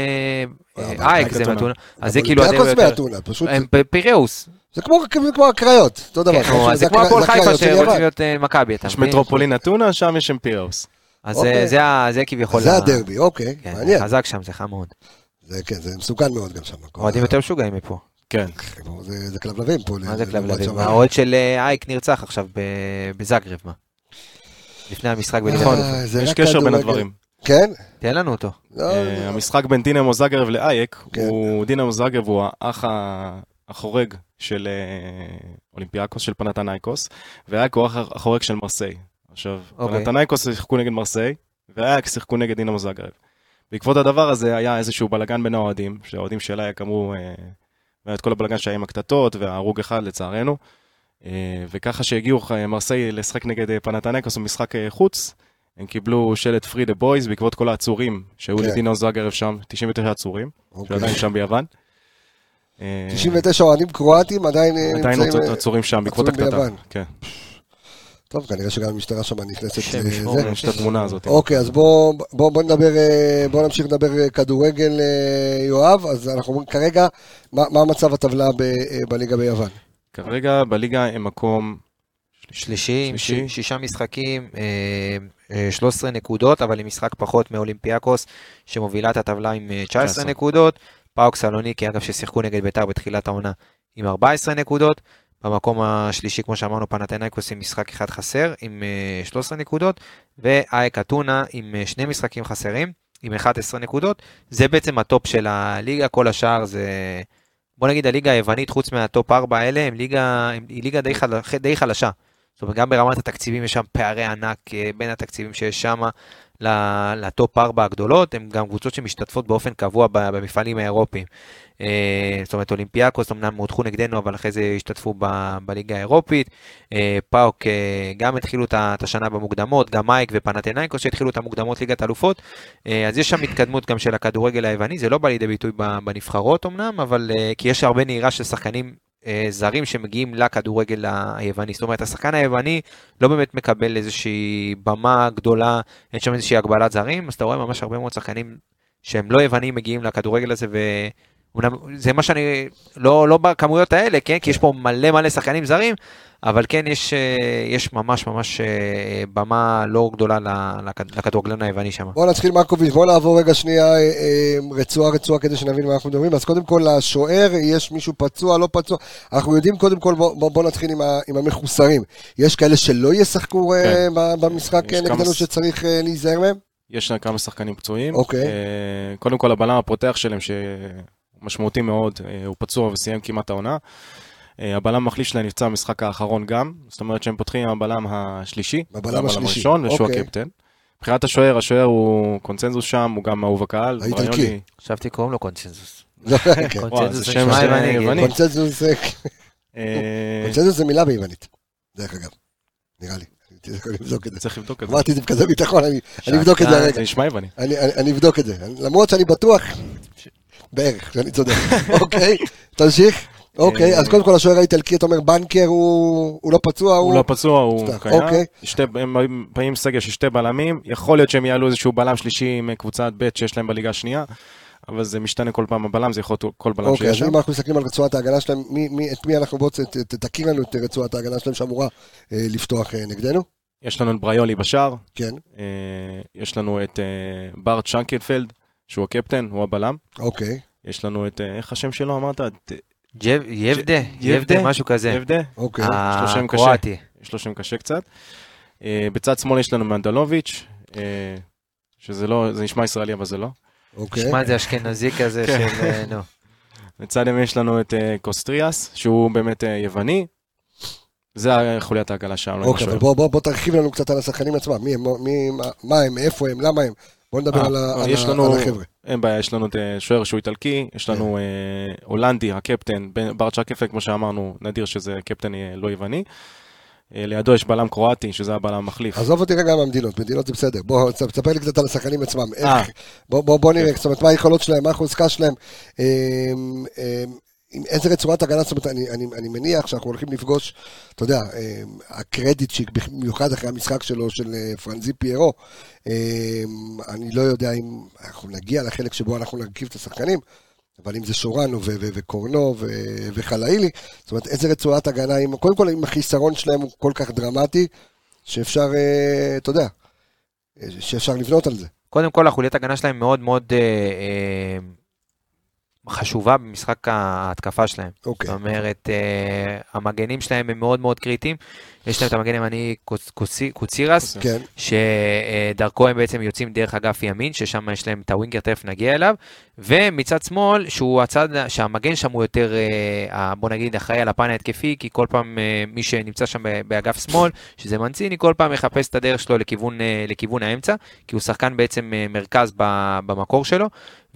[SPEAKER 1] אה, אבל
[SPEAKER 2] אייק זה
[SPEAKER 3] אתונה.
[SPEAKER 2] מאתונה, אז זה
[SPEAKER 1] אבל
[SPEAKER 2] כאילו הדרבי
[SPEAKER 1] אולימפיאקוס
[SPEAKER 2] יותר,
[SPEAKER 1] מאתונה, פשוט...
[SPEAKER 2] הם ב- פיראוס,
[SPEAKER 1] זה כמו- כמו הקריות, אותו דבר.
[SPEAKER 2] כן,
[SPEAKER 1] אתה
[SPEAKER 2] או,
[SPEAKER 1] חושב,
[SPEAKER 2] זה כמו
[SPEAKER 1] הקר-
[SPEAKER 2] הפועל
[SPEAKER 1] זה
[SPEAKER 2] חיפה
[SPEAKER 1] הקריות של יוון.
[SPEAKER 2] שרוצים להיות אה, מכבי, אתה
[SPEAKER 3] יש
[SPEAKER 2] מבין?
[SPEAKER 3] מטרופולין אתונה, שם יש אמפיראוס.
[SPEAKER 2] אז
[SPEAKER 1] אוקיי.
[SPEAKER 2] אה, זה ה- זה כביכול,
[SPEAKER 1] זה
[SPEAKER 2] ה-
[SPEAKER 1] הדרבי, אוקיי,
[SPEAKER 2] כן,
[SPEAKER 1] מעניין. אה.
[SPEAKER 2] חזק שם, זה חם מאוד,
[SPEAKER 1] זה כן, זה מסוכן מאוד גם שם. כל
[SPEAKER 2] אוהדים
[SPEAKER 1] ה-
[SPEAKER 2] יותר משוגעים מפה.
[SPEAKER 3] כן.
[SPEAKER 1] זה זה לא כלבלבים פה.
[SPEAKER 2] מה זה
[SPEAKER 1] לעומת
[SPEAKER 2] כלבלבים?
[SPEAKER 1] שם.
[SPEAKER 2] האוהד של אה, אייק נרצח עכשיו ב- בזאגרב, מה? לפני המשחק
[SPEAKER 1] אה,
[SPEAKER 2] בניחון.
[SPEAKER 1] זה
[SPEAKER 3] יש
[SPEAKER 1] רק
[SPEAKER 3] קשר בין
[SPEAKER 1] כדורגל.
[SPEAKER 3] הדברים.
[SPEAKER 1] כן?
[SPEAKER 2] תן לנו אותו.
[SPEAKER 1] לא,
[SPEAKER 3] אה, המשחק בין דינמו זאגרב לאייק,
[SPEAKER 1] כן.
[SPEAKER 3] הוא- דינמו זאגרב הוא האח ה- החורג של אה, אולימפיאקוס, של פנתנייקוס, ואייקו החורג של מרסיי. עכשיו,
[SPEAKER 2] אוקיי.
[SPEAKER 3] פנתנייקוס שיחקו נגד מרסיי, ואייק שיחקו נגד דינמו זאגרב. בעקבות הדבר הזה היה איזשהו בלגן בין האוהדים, שהאוהדים של אייק אמרו, אה, והיה את כל הבלגן שהיה עם הקטטות, וההרוג אחד לצערנו. אה, וככה שהגיעו אה, מרסיי לשחק נגד אה, פנתנייקוס במשחק אה, חוץ, הם קיבלו שלט פרי דה בויז בעקבות כל העצורים שהיו
[SPEAKER 1] כן.
[SPEAKER 3] לדינו זאגרב שם, 99 עצורים,
[SPEAKER 1] אוקיי.
[SPEAKER 3] שעדיין שם ביוון. אה,
[SPEAKER 1] 99 אוהדים קרואטים עדיין אה,
[SPEAKER 3] עדיין
[SPEAKER 1] נמצאים...
[SPEAKER 3] עצור-
[SPEAKER 1] אה,
[SPEAKER 3] עצורים שם בעקבות
[SPEAKER 1] עצורים
[SPEAKER 3] הקטטה.
[SPEAKER 1] ביוון.
[SPEAKER 3] כן,
[SPEAKER 1] טוב, כנראה שגם המשטרה שם נכנסת
[SPEAKER 2] השם
[SPEAKER 1] לזה.
[SPEAKER 2] ישמור.
[SPEAKER 3] יש את התמונה הזאת.
[SPEAKER 1] אוקיי, אז בואו בוא, בוא נדבר, אה, בוא נמשיך לדבר אה, כדורגל, אה, יואב. אז אנחנו אומרים כרגע, מה, מה מצב הטבלה ב, אה, בליגה ביוון?
[SPEAKER 3] כרגע בליגה הם מקום
[SPEAKER 2] שלישי, עם ש-
[SPEAKER 3] שלישי.
[SPEAKER 2] שישה משחקים, אה, אה, 13 נקודות, אבל עם משחק פחות מאולימפיאקוס, שמובילה את הטבלה עם אה, 19
[SPEAKER 3] 19.
[SPEAKER 2] נקודות. פאוק סלוניקי, אגב, ששיחקו נגד ביתר בתחילת העונה, עם 14 נקודות. במקום השלישי, כמו שאמרנו, פנתנייקוס עם משחק אחד חסר, עם אה, 13 נקודות, ואייק אתונה עם אה, שני משחקים חסרים, עם 11 נקודות. זה בעצם הטופ של הליגה, כל השאר זה... בוא נגיד הליגה היוונית, חוץ מהטופ 4 האלה, הם ליגה, הם, היא ליגה די, חל, די חלשה. זאת אומרת, גם ברמת התקציבים יש שם פערי ענק אה, בין התקציבים שיש שם ל- לטופ 4 הגדולות, הן גם קבוצות שמשתתפות באופן קבוע ב- במפעלים האירופיים. אה, זאת אומרת, אולימפיאקוס אמנם הודחו נגדנו, אבל אחרי זה השתתפו ב- בליגה האירופית. אה, פאוק אה, גם התחילו את ה- את השנה במוקדמות, גם מייק ופנתנייקוס שהתחילו את המוקדמות ליגת אלופות. אה, אז יש שם התקדמות גם של הכדורגל היווני, זה לא בא לידי ביטוי ב- בנבחרות אמנם, אבל אה, כי יש הרבה נהירה של שחקנים אה, זרים שמגיעים לכדורגל ה- היווני. זאת אומרת, השחקן היווני לא באמת מקבל איזושהי במה גדולה, אין שם איזושהי הגבלת זרים, אז אתה רואה ממש הרבה מאוד שחקנים שהם לא יוונים מגיעים לכדורגל הזה, ואומנם זה מה שאני, לא, לא בכמויות האלה, כן? כי יש פה מלא מלא שחקנים זרים, אבל כן, יש, אה, יש ממש ממש אה, במה לא גדולה ל- לכד- לכדורגלן היווני שם.
[SPEAKER 1] בואו נתחיל מרקוביץ', בואו נעבור רגע שנייה אה, אה, רצועה רצועה כדי שנבין מה אנחנו מדברים. אז קודם כל לשוער, יש מישהו פצוע, לא פצוע. אנחנו יודעים קודם כל, בואו בוא, בוא נתחיל עם, ה, עם המחוסרים. יש כאלה שלא ישחקו אה,
[SPEAKER 3] כן.
[SPEAKER 1] ב- במשחק
[SPEAKER 3] יש
[SPEAKER 1] אה, נגדנו
[SPEAKER 3] כמה ס-
[SPEAKER 1] שצריך אה, להיזהר מהם?
[SPEAKER 3] יש שם כמה שחקנים פצועים.
[SPEAKER 1] אוקיי.
[SPEAKER 3] אה, קודם כל הבלם הפותח שלהם, שמשמעותי מאוד, אה, הוא פצוע וסיים כמעט העונה. אה, הבלם המחליף שלהם נפצע במשחק האחרון גם, זאת אומרת שהם פותחים עם הבלם השלישי.
[SPEAKER 1] הבלם השלישי,
[SPEAKER 3] הראשון, ושהוא
[SPEAKER 1] אוקיי.
[SPEAKER 3] הקפטן. מבחינת השוער, השוער הוא קונצנזוס שם, הוא גם אהוב הקהל.
[SPEAKER 1] האיטלקי.
[SPEAKER 3] בריוני.
[SPEAKER 2] חשבתי קוראים לו קונצנזוס.
[SPEAKER 1] לא, כן.
[SPEAKER 3] וואו, זה
[SPEAKER 2] קונצנזוס
[SPEAKER 3] שם
[SPEAKER 2] נשמע
[SPEAKER 3] של
[SPEAKER 2] יווני, כן.
[SPEAKER 3] יווני.
[SPEAKER 1] קונצנזוס זה-
[SPEAKER 3] אה,
[SPEAKER 1] קונצנזוס זה מילה ביוונית, דרך אגב, נראה לי. אני צריך לבדוק את זה.
[SPEAKER 3] צריך לבדוק את זה.
[SPEAKER 1] אמרתי את זה בכזה ביטחון, אני אני אבדוק את זה
[SPEAKER 2] שאתה-
[SPEAKER 1] הרגע.
[SPEAKER 3] זה נשמע יווני.
[SPEAKER 1] אני, אני, אני אבדוק את זה, אני- למרות שאני בטוח, בערך, שאני צודק. אוקיי, תמשיך. אוקיי, אז קודם כל השוער האיטלקי, אתה אומר בנקר הוא, הוא לא פצוע, הוא...
[SPEAKER 3] הוא לא פצוע, הוא
[SPEAKER 1] סתם,
[SPEAKER 3] קיים.
[SPEAKER 1] אוקיי.
[SPEAKER 3] שתי- הם באים סגל של שתי בלמים, יכול להיות שהם יעלו איזשהו בלם שלישי עם קבוצת ב' שיש להם בליגה השנייה, אבל זה משתנה כל פעם הבלם, זה יכול להיות כל בלם
[SPEAKER 1] אוקיי, אז
[SPEAKER 3] שיש שם.
[SPEAKER 1] אם אנחנו מסתכלים על רצועת ההגנה שלהם, מי, מי, את מי אנחנו בוא ת- ת- תכיר לנו את רצועת ההגנה שלהם שאמורה אה, לפתוח אה, נגדנו?
[SPEAKER 3] יש לנו את בריולי בשער,
[SPEAKER 1] כן,
[SPEAKER 3] אה, יש לנו את אה, בארט שנקלפלד, שהוא הקפטן, הוא הבלם.
[SPEAKER 1] אוקיי,
[SPEAKER 3] יש לנו את, אה, איך השם שלו אמרת? את-
[SPEAKER 2] ג'ב- יבדה, יבדה, משהו כזה. אה,
[SPEAKER 3] יבדה?
[SPEAKER 1] אוקיי.
[SPEAKER 3] יש לו שם קשה.
[SPEAKER 2] הקרואטי.
[SPEAKER 3] יש לו שם קשה קצת. אה, בצד שמאל יש לנו מנדלוביץ', אה, שזה לא, זה נשמע ישראלי אבל זה לא.
[SPEAKER 1] אוקיי.
[SPEAKER 2] נשמע את זה אשכנזי כזה
[SPEAKER 3] כן.
[SPEAKER 2] של... אה, נו.
[SPEAKER 3] בצד ימין יש לנו את אה, קוסטריאס, שהוא באמת אה, יווני. זה ה- חוליית העגלה שלנו. אני
[SPEAKER 1] אוקיי,
[SPEAKER 3] חושב.
[SPEAKER 1] אבל בוא, בוא, בוא תרחיב לנו קצת על השחקנים עצמם, מי הם, מי, מה, מה הם, איפה הם, למה הם. בוא נדבר
[SPEAKER 3] אה,
[SPEAKER 1] על, ה- על,
[SPEAKER 3] יש
[SPEAKER 1] ה-
[SPEAKER 3] לנו-
[SPEAKER 1] על החבר'ה.
[SPEAKER 3] אין בעיה, יש לנו את אה, שוער שהוא איטלקי, יש
[SPEAKER 1] כן.
[SPEAKER 3] לנו אה, הולנדי, הקפטן, בן- ברצ'ה קפה, כמו שאמרנו, נדיר שזה קפטן אה, לא יווני. אה, לידו יש בלם קרואטי, שזה הבלם המחליף.
[SPEAKER 1] עזוב אותי רגע מהמדינות, מדינות זה בסדר. בוא, ת- תספר לי קצת על השחקנים עצמם. איך-
[SPEAKER 3] אה.
[SPEAKER 1] בוא- בוא בוא נראה, זאת אומרת, מה היכולות שלהם, מה החוזקה שלהם, אמ, אמ, עם איזה רצועת הגנה, זאת אומרת, אני- אני אני מניח שאנחנו הולכים לפגוש, אתה יודע, אמ, הקרדיט, במיוחד אחרי המשחק שלו, של אה, פרנזי פיירו, אמ, אני לא יודע אם אנחנו נגיע לחלק שבו אנחנו נרכיב את השחקנים. אבל אם זה שורנו ו- ו- וקורנו ו- וחלאילי, זאת אומרת, איזה רצועת הגנה, אם- קודם כל, אם החיסרון שלהם הוא כל כך דרמטי, שאפשר, אה, אתה יודע, אה, שאפשר לבנות על זה.
[SPEAKER 2] קודם כל, החוליית הגנה שלהם מאוד מאוד אה, אה, חשובה במשחק ההתקפה שלהם.
[SPEAKER 1] אוקיי.
[SPEAKER 2] זאת אומרת, אה, המגנים שלהם הם מאוד מאוד קריטיים. יש להם את המגן הימני קוס- קוסי- קוצירס,
[SPEAKER 1] כן,
[SPEAKER 2] שדרכו הם בעצם יוצאים דרך אגף ימין, ששם יש להם את הווינגר, תכף נגיע אליו, ומצד שמאל, שהוא הצד, שהמגן שם הוא יותר, אה, ה- בוא נגיד, אחראי על הפן ההתקפי, כי כל פעם אה, מי שנמצא שם ב- באגף שמאל, שזה מנציני, כל פעם מחפש את הדרך שלו לכיוון, אה, לכיוון האמצע, כי הוא שחקן בעצם אה, מרכז ב- במקור שלו.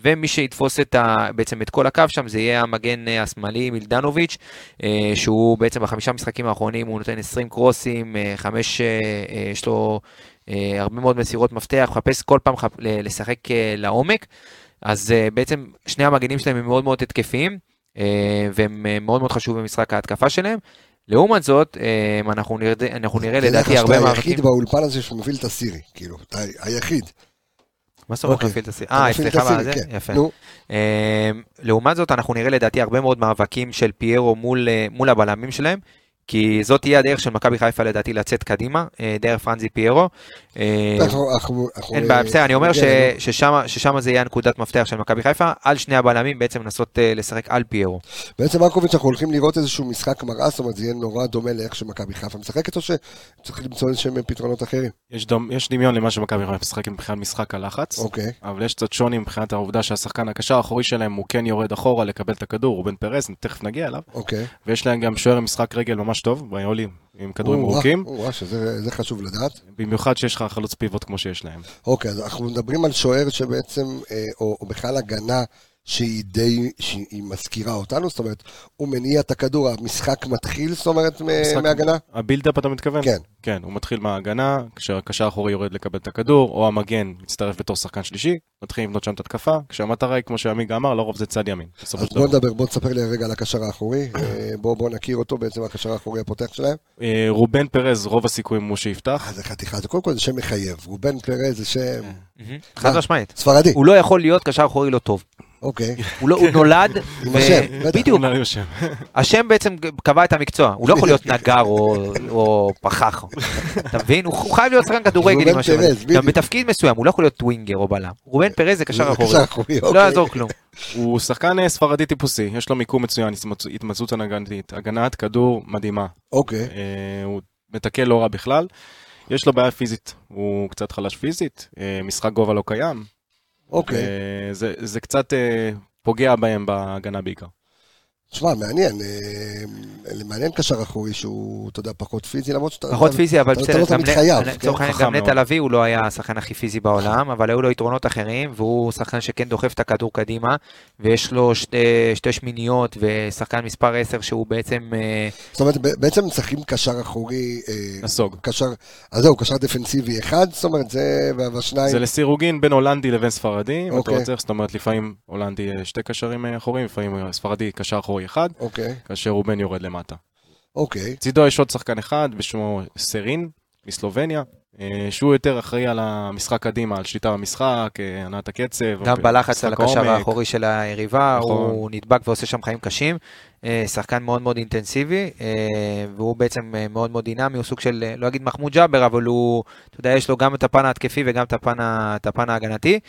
[SPEAKER 2] ומי שיתפוס את ה, בעצם את כל הקו שם זה יהיה המגן אה, השמאלי מילדנוביץ', אה, שהוא בעצם בחמישה משחקים האחרונים הוא נותן 20 קרוסים, אה, חמש, אה, אה, יש לו אה, הרבה מאוד מסירות מפתח, מחפש כל פעם חפ- ל- לשחק אה, לעומק. אז אה, בעצם שני המגנים שלהם הם מאוד מאוד התקפיים, אה, והם אה, מאוד מאוד חשובים במשחק ההתקפה שלהם. לעומת זאת, אה, אנחנו נראה, אנחנו נראה לדעתי הרבה
[SPEAKER 1] שאתה
[SPEAKER 2] מאבקים.
[SPEAKER 1] אוקיי, היחיד באולפן הזה שמוביל את הסירי, כאילו, אתה היחיד.
[SPEAKER 2] מה זאת אומרת
[SPEAKER 1] אוקיי.
[SPEAKER 2] להפעיל את הסיר?
[SPEAKER 1] אתה
[SPEAKER 2] אה,
[SPEAKER 1] מפעיל את
[SPEAKER 2] אצלך
[SPEAKER 1] הסירי,
[SPEAKER 2] בזה?
[SPEAKER 1] כן.
[SPEAKER 2] יפה.
[SPEAKER 1] נו,
[SPEAKER 2] אמ, לעומת זאת, אנחנו נראה לדעתי הרבה מאוד מאבקים של פיירו מול, אה, מול הבלמים שלהם, כי זאת תהיה הדרך של מכבי חיפה לדעתי לצאת קדימה, אה, דרך פרנזי פיירו. אה,
[SPEAKER 1] אנחנו- אנחנו- אנחנו- כן,
[SPEAKER 2] אין בעיה, בסדר, אני אומר ש-
[SPEAKER 1] נגיע לזה.
[SPEAKER 2] ששם ששם זה יהיה הנקודת מפתח של מכבי חיפה, על שני הבלמים בעצם לנסות אה, לשחק על פיירו.
[SPEAKER 1] בעצם מרקוביץ' אנחנו הולכים לראות איזשהו משחק מראה, זאת אומרת זה יהיה נורא דומה לאיך שמכבי חיפה משחקת, או שצריך למצוא איזשהם פתרונות אחרים.
[SPEAKER 3] יש דמ- יש דמיון למה שמכבי חיפה משחקת מבחינת משחק הלחץ.
[SPEAKER 1] אוקיי.
[SPEAKER 3] אבל יש קצת שוני מבחינת העובדה שהשחקן הקשר האחורי שלהם הוא כן יורד אחורה לקבל את הכדור, רובן פרס, תכף נגיע אליו,
[SPEAKER 1] אוקיי.
[SPEAKER 3] ויש להם גם שוער עם משחק רגל ממש טוב, ביולי, עם כדורים
[SPEAKER 1] או-אה,
[SPEAKER 3] ארוכים,
[SPEAKER 1] או-אה, שזה זה חשוב לדעת.
[SPEAKER 3] במיוחד שיש לך חלוץ פיבוט כמו שיש להם.
[SPEAKER 1] אוקיי, אז אנחנו מדברים על שוער שבעצם, אה, או, או בכלל הגנה שהיא די, שהיא מזכירה אותנו, זאת אומרת, הוא מניע את הכדור, המשחק מתחיל, זאת אומרת, מ-
[SPEAKER 3] משחק-
[SPEAKER 1] מהגנה?
[SPEAKER 3] הבילדאפ אתה מתכוון?
[SPEAKER 1] כן.
[SPEAKER 3] כן, הוא מתחיל מההגנה, כשהקשר האחורי יורד לקבל את הכדור, או המגן מצטרף בתור שחקן שלישי, מתחילים לבנות שם את התקפה, כשהמטרה היא, כמו שעמיגה אמר, לרוב זה צד ימין. בסופו
[SPEAKER 1] אז
[SPEAKER 3] של
[SPEAKER 1] בוא
[SPEAKER 2] לא-
[SPEAKER 3] דבר.
[SPEAKER 1] נדבר, בוא תספר לי רגע על הקשר האחורי, אה, בוא, בוא נכיר אותו, בעצם הקשר האחורי הפותח שלהם.
[SPEAKER 3] אה, רובן פרז, רוב הסיכויים הוא
[SPEAKER 1] אה,
[SPEAKER 3] שיפתח.
[SPEAKER 1] זה חתיכה, זה קודם כל זה שם מחייב, רובן פרז זה שם
[SPEAKER 2] חד משמעית.
[SPEAKER 1] ספרדי,
[SPEAKER 2] כן. הוא לא יכול להיות קשר אחורי לא טוב.
[SPEAKER 1] אוקיי.
[SPEAKER 2] הוא לא- הוא נולד,
[SPEAKER 1] עם
[SPEAKER 2] ו-
[SPEAKER 1] השם, בטח.
[SPEAKER 2] בדיוק,
[SPEAKER 3] אולי הוא שם.
[SPEAKER 2] השם בעצם קבע את המקצוע, הוא לא יכול להיות נגר או, או פחח, אתה מבין? הוא, הוא חייב להיות שחקן כדורגל עם
[SPEAKER 1] רובן
[SPEAKER 2] השם
[SPEAKER 1] פרז,
[SPEAKER 2] הזה.
[SPEAKER 1] בדיוק.
[SPEAKER 2] גם בתפקיד מסוים, הוא לא יכול להיות טווינגר או בלם. רובן פרז זה קשר אחורי,
[SPEAKER 1] קשר אחורי,
[SPEAKER 2] לא
[SPEAKER 1] אוקיי.
[SPEAKER 2] יעזור כלום.
[SPEAKER 3] הוא שחקן אה, ספרדי טיפוסי, יש לו מיקום מצוין, התמצ- התמצאות הנגנתית, הגנת כדור מדהימה.
[SPEAKER 1] אוקיי,
[SPEAKER 3] אה, הוא מתקל לא רע בכלל. יש לו בעיה פיזית, הוא קצת חלש פיזית, אה, משחק גובה לא קיים.
[SPEAKER 1] אוקיי.
[SPEAKER 3] אה, זה- זה קצת אה, פוגע בהם בהגנה בעיקר.
[SPEAKER 1] תשמע, מעניין, אה, מעניין קשר אחורי שהוא, אתה יודע, פחות פיזי, למרות שאתה...
[SPEAKER 2] פחות
[SPEAKER 1] אתה-
[SPEAKER 2] פיזי, אבל
[SPEAKER 1] אתה לא
[SPEAKER 2] בסדר, גם
[SPEAKER 1] תמיד
[SPEAKER 2] נ-
[SPEAKER 1] חייב, כן, נכון.
[SPEAKER 2] לצורך העניין,
[SPEAKER 3] חכם
[SPEAKER 2] גם נטע
[SPEAKER 3] מאוד.
[SPEAKER 2] לביא הוא לא היה השחקן הכי פיזי בעולם, אבל היו לו יתרונות אחרים, והוא שחקן שכן דוחף את הכדור קדימה, ויש לו שתי- שתי שמיניות, ושחקן מספר 10 שהוא בעצם... אה,
[SPEAKER 1] זאת אומרת, ב- בעצם צריכים קשר אחורי, אה,
[SPEAKER 3] נסוג.
[SPEAKER 1] קשר, אז זהו, קשר דפנסיבי אחד, זאת אומרת, זה, וה- והשניים,
[SPEAKER 3] זה לסירוגין בין הולנדי לבין ספרדי, אם אתה
[SPEAKER 1] אוקיי.
[SPEAKER 3] רוצה, זאת אומרת לפעמים הולנדי אה, שתי קשרים אה, אחוריים, לפעמים אה, ספרדי קשר אחורי אחד,
[SPEAKER 1] אוקיי,
[SPEAKER 3] כאשר רובן יורד למטה.
[SPEAKER 1] אוקיי,
[SPEAKER 3] צידו יש עוד שחקן אחד בשמו סרין, מסלובניה, אה, שהוא יותר אחראי על המשחק קדימה, על שליטה במשחק, אה, הנעת הקצב.
[SPEAKER 2] גם
[SPEAKER 3] אה,
[SPEAKER 2] בלחץ
[SPEAKER 3] משחק
[SPEAKER 2] על הקשר
[SPEAKER 3] העומק.
[SPEAKER 2] האחורי של היריבה,
[SPEAKER 3] נכון.
[SPEAKER 2] הוא נדבק ועושה שם חיים קשים. אה, שחקן מאוד מאוד אינטנסיבי, אה, והוא בעצם אה, מאוד מאוד דינמי, הוא סוג של, אה, לא אגיד מחמוד ג'אבר, אבל הוא, אתה יודע, יש לו גם את הפן ההתקפי וגם את הפן, ה- את הפן ההגנתי.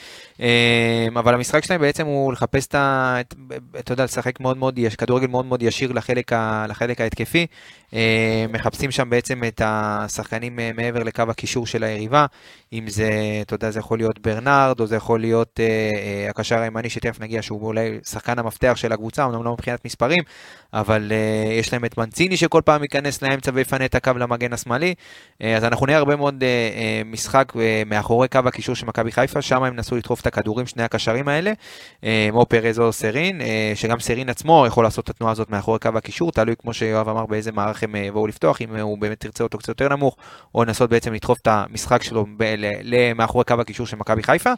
[SPEAKER 2] אה, אבל המשחק שלהם בעצם הוא לחפש את ה... את- אתה יודע, לשחק מאוד מאוד, יש כדורגל מאוד מאוד ישיר לחלק, ה, לחלק ההתקפי. אה, מחפשים שם בעצם את השחקנים אה, מעבר לקו הקישור של היריבה, אם זה, אתה יודע, זה יכול להיות ברנרד, או זה יכול להיות אה, אה, הקשר הימני, שתכף נגיע, שהוא אולי שחקן המפתח של הקבוצה, אמנם לא מבחינת מספרים, אבל אה, יש להם את מנציני שכל פעם ייכנס לאמצע ויפנה את הקו למגן השמאלי. אה, אז אנחנו נראה הרבה מאוד אה, אה, משחק אה, מאחורי קו הקישור של מכבי חיפה, שם הם נסו לדחוף את הכדורים, שני הקשרים האלה, אה, או פרז או סרין, אה, שגם סרין עצמו יכול לעשות את התנועה הזאת מאחורי קו הקישור, תלוי, כמו שיואב אמר, באיזה מערך הם אה, יבואו לפתוח, אם אה, הוא באמת ירצה אותו קצת יותר נמוך, או לנסות בעצם לדחוף את המשחק שלו ב- ל- ל- מאחורי קו הקישור של מכבי חיפה.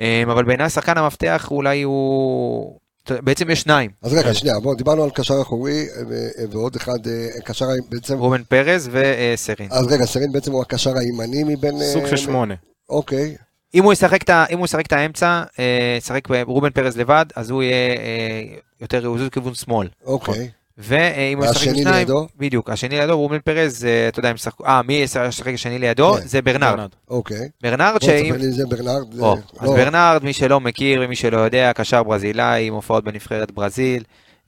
[SPEAKER 2] אה, אבל בעיניי שחקן המפתח אולי הוא... אתה יודע, בעצם יש שניים,
[SPEAKER 1] אז רגע, שנייה, בואו, דיברנו על קשר אחורי, אה, ו- אה, ועוד אחד, אה, קשר, ה- בעצם,
[SPEAKER 2] רובן פרז אה, וסרין.
[SPEAKER 1] אז רגע, סרין בעצם הוא הקשר הימני מבין, אה,
[SPEAKER 3] סוג של שמונה.
[SPEAKER 1] אוקיי,
[SPEAKER 2] אם הוא ישחק את, ה- אם הוא ישחק את האמצע, אה, ישחק ב- רובן פרז לבד, אז הוא יהיה אה, יותר ריכוז כיוון שמאל. נכון.
[SPEAKER 1] אוקיי,
[SPEAKER 2] ואם הוא ישחק עם
[SPEAKER 1] והשני
[SPEAKER 2] שניים,
[SPEAKER 1] לידו? בדיוק,
[SPEAKER 2] בדיוק, השני לידו, רובן פרז, אה, אתה יודע, הם שחקו, אה, מי ישחק השני לידו?
[SPEAKER 1] כן,
[SPEAKER 2] זה ברנרד.
[SPEAKER 1] אוקיי,
[SPEAKER 2] ברנרד,
[SPEAKER 1] בוא
[SPEAKER 2] שאם...
[SPEAKER 1] תספר לי את זה ברנרד,
[SPEAKER 2] או,
[SPEAKER 1] אה,
[SPEAKER 2] אז ברנרד, מי שלא מכיר ומי שלא יודע, קשר ברזילאי עם הופעות בנבחרת ברזיל.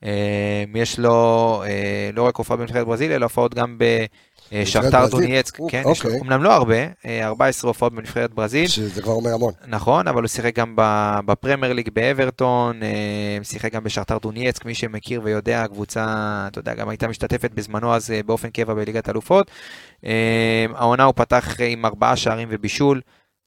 [SPEAKER 2] אה, יש לו אה, לא רק הופעה בנבחרת ברזיל, אלא הופעות גם ב- אה, שרתר
[SPEAKER 1] ברזיל?
[SPEAKER 2] דונייצק,
[SPEAKER 1] או,
[SPEAKER 2] כן, יש לו
[SPEAKER 1] אוקיי.
[SPEAKER 2] אומנם לא הרבה, אה, 14 הופעות בנבחרת ברזיל,
[SPEAKER 1] שזה כבר אומר המון.
[SPEAKER 2] נכון, אבל הוא שיחק גם ב- בפרמייר ליג באברטון, אה, שיחק גם בשרתר דונייצק, מי שמכיר ויודע, הקבוצה, אתה יודע, גם הייתה משתתפת בזמנו אז אה, באופן קבע בליגת אלופות. אה, העונה הוא פתח אה, עם ארבעה שערים ובישול.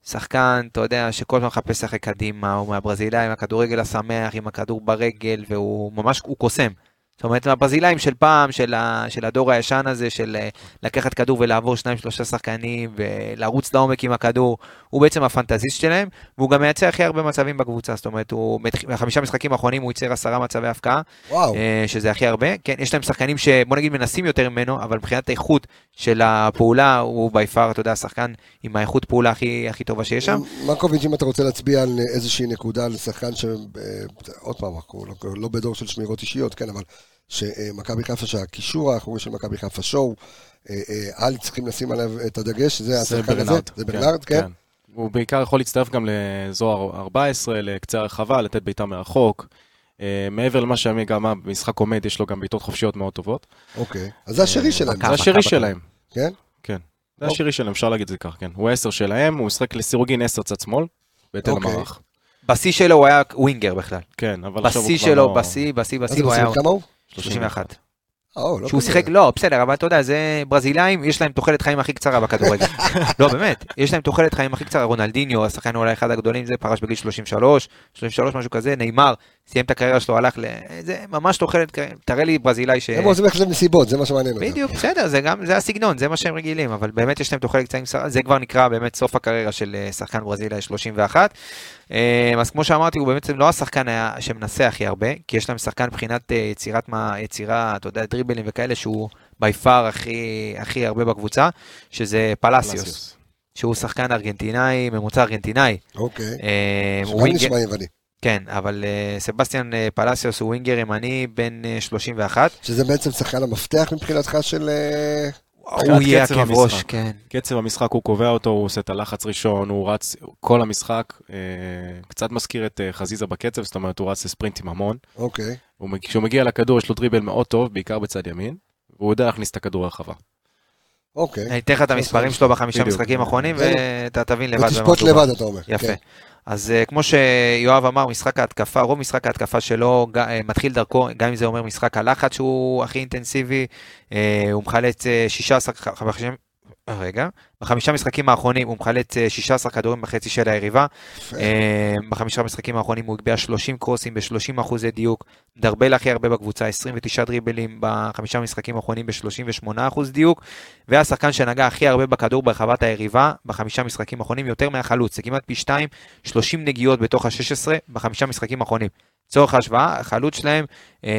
[SPEAKER 2] שחקן, אתה יודע, שכל הזמן מחפש לשחק קדימה, הוא מהברזילאים, הכדורגל השמח, עם הכדור ברגל, והוא ממש, הוא קוסם. זאת אומרת, מהברזילאים של פעם, של, ה, של הדור הישן הזה, של אה, לקחת כדור ולעבור שניים, שלושה שחקנים, ולרוץ לעומק עם הכדור, הוא בעצם הפנטזיסט שלהם, והוא גם מייצר הכי הרבה מצבים בקבוצה, זאת אומרת, הוא, בחמישה משחקים האחרונים הוא ייצר עשרה מצבי הפקעה,
[SPEAKER 1] וואו.
[SPEAKER 3] אוקיי.
[SPEAKER 2] אה, שזה הכי הרבה. כן, יש להם שחקנים שבוא נגיד מנסים יותר ממנו, אבל מבחינת האיכות של הפעולה, הוא בי פאר, אתה יודע, השחקן עם האיכות פעולה הכי, הכי טובה שיש שם.
[SPEAKER 1] אה, מרקוביץ', אם אתה רוצה להצביע על אה, איזושהי נקודה על שחקן ש... אה, עוד פעם, אנחנו לא- לא בדור של שמירות אישיות, כן, אבל שמכבי חיפה, שהקישור האחורי של מכבי חיפה שואו, אה, אה, אל צריכים לשים עליו את הדגש, זה השחקן הזה, זה ברנרד, כן.
[SPEAKER 3] הוא בעיקר יכול להצטרף גם לאזור 14, לקצה הרחבה, לתת בעיטה מרחוק. אה, מעבר למה שעמיגה אמר, במשחק עומד יש לו גם בעיטות חופשיות מאוד טובות. אה,
[SPEAKER 1] אוקיי. אז זה השרי שלהם,
[SPEAKER 2] כן. אה, מכבי. ככה.
[SPEAKER 3] זה השירי שלהם.
[SPEAKER 1] כן?
[SPEAKER 3] כן. זה השירי שלהם, אפשר להגיד את זה כך, כן. הוא עשר שלהם, הוא משחק לסירוגין עשר צד שמאל, בהתאם
[SPEAKER 1] אוקיי.
[SPEAKER 3] למערך.
[SPEAKER 2] בשיא שלו הוא היה ווינגר בכלל.
[SPEAKER 3] כן, אבל עכשיו הוא
[SPEAKER 2] בשיא
[SPEAKER 3] כבר
[SPEAKER 2] שלו,
[SPEAKER 3] לא-
[SPEAKER 2] בשיא, בשיא,
[SPEAKER 1] אז
[SPEAKER 2] בשיא
[SPEAKER 1] הם
[SPEAKER 2] הוא היה
[SPEAKER 1] עושים כמה הוא?
[SPEAKER 2] 31.
[SPEAKER 1] אה, או, לא
[SPEAKER 2] שהוא
[SPEAKER 1] כזה.
[SPEAKER 2] שיחק, לא, בסדר, אבל אתה יודע, זה ברזילאים, יש להם תוחלת חיים הכי קצרה בכדורגל. לא, באמת, יש להם תוחלת חיים הכי קצרה. רונלדיניו, השחקן אולי אחד הגדולים, זה פרש בגיל 33, 33, משהו כזה, נאמר, סיים את הקריירה שלו, הלך ל... זה ממש תוחלת, קריירה. תראה לי ברזילאי ש...
[SPEAKER 1] הם רוצים ללכת למסיבות, זה מה שמעניין אותם.
[SPEAKER 2] בדיוק, בסדר, זה גם, זה הסגנון, זה מה שהם רגילים, אבל באמת יש להם תוחלת קצרים, זה כבר נקרא באמת סוף הקריירה של אה, שחקן ברזילאי 31. אה, אז כמו שאמרתי, הוא באמת לא השחקן היה- שמנסה הכי הרבה, כי יש להם שחקן מבחינת אה, יצירת, מה, יצירה, אתה יודע, דריבלים וכאלה, שהוא בי פאר הכי, הכי הרבה בקבוצה, שזה פלסיוס,
[SPEAKER 3] פלסיוס.
[SPEAKER 2] שהוא שחקן ארגנטינאי, ממוצע ארגנטינאי.
[SPEAKER 1] אוקיי.
[SPEAKER 2] אה, הוא
[SPEAKER 1] שגם
[SPEAKER 2] וינגר-
[SPEAKER 1] נשמע יווני.
[SPEAKER 2] כן, אבל אה, סבסטיאן אה, פלסיוס הוא ווינגר ימני בן אה, 31.
[SPEAKER 1] שזה בעצם שחקן המפתח מבחינתך של... אה,
[SPEAKER 2] הוא יהיה
[SPEAKER 3] קצב
[SPEAKER 2] עקב ראש,
[SPEAKER 3] המשחק.
[SPEAKER 2] כן.
[SPEAKER 3] קצב המשחק הוא קובע אותו, הוא עושה את הלחץ ראשון, הוא רץ כל המשחק, אה, קצת מזכיר את אה, חזיזה בקצב, זאת אומרת הוא רץ לספרינטים המון.
[SPEAKER 1] אוקיי.
[SPEAKER 3] הוא מג- כשהוא מגיע לכדור יש לו דריבל מאוד טוב, בעיקר בצד ימין, והוא יודע להכניס את הכדור לרחבה.
[SPEAKER 1] אוקיי.
[SPEAKER 2] אני אתן לך את המספרים שלו בחמישה
[SPEAKER 3] בדיוק.
[SPEAKER 2] משחקים האחרונים, ואתה תבין לבד. במה
[SPEAKER 1] ותשפוט
[SPEAKER 2] מדובר.
[SPEAKER 1] לבד, אתה אומר.
[SPEAKER 2] יפה.
[SPEAKER 1] כן.
[SPEAKER 2] אז אה, כמו שיואב אמר, משחק ההתקפה, רוב משחק ההתקפה שלו ג- אה, מתחיל דרכו, גם אם זה אומר משחק הלחץ שהוא הכי אינטנסיבי, אה, הוא מחלץ אה, 16, ח- ח- בחמישה- אה, רגע, בחמישה משחקים האחרונים הוא מחלץ אה, 16 כדורים בחצי של היריבה,
[SPEAKER 1] יפה.
[SPEAKER 2] אה, בחמישה המשחקים האחרונים הוא הגביה 30 קרוסים ב-30 אחוזי דיוק, דרבל הכי הרבה בקבוצה, 29 דריבלים בחמישה המשחקים האחרונים ב-38 אחוז דיוק, והשחקן שנגע הכי הרבה בכדור ברחבת היריבה בחמישה משחקים האחרונים, יותר מהחלוץ, זה כמעט פי 2, 30 נגיעות בתוך ה-16 בחמישה משחקים האחרונים. לצורך ההשוואה, החלוץ שלהם, אה,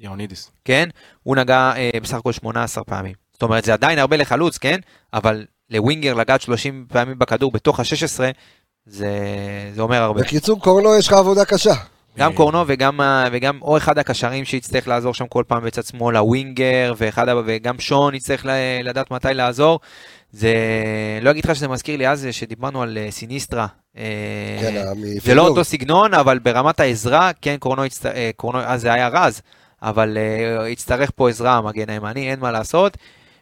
[SPEAKER 3] יאונידיס.
[SPEAKER 2] כן, הוא נגע אה, בסך הכל 18 פעמים. זאת אומרת, זה עדיין הרבה לחלוץ, כן? אבל לווינגר לגעת 30 פעמים בכדור בתוך ה-16, זה, זה אומר הרבה.
[SPEAKER 1] בקיצור, קורנו, יש לך עבודה קשה.
[SPEAKER 2] גם קורנו וגם, ה- וגם או אחד הקשרים שיצטרך לעזור שם כל פעם בצד שמאל, הווינגר, ואחד, ה- וגם שון יצטרך ל- לדעת מתי לעזור. זה, לא אגיד לך שזה מזכיר לי אז אה, שדיברנו על אה, סיניסטרה. אה,
[SPEAKER 1] כן, מפיגור.
[SPEAKER 2] זה לא אותו סגנון, אבל ברמת העזרה, כן, קורנו, הצט... אה, קורנו אז זה היה רז, אבל uh, יצטרך פה עזרה המגן הימני, אין מה לעשות.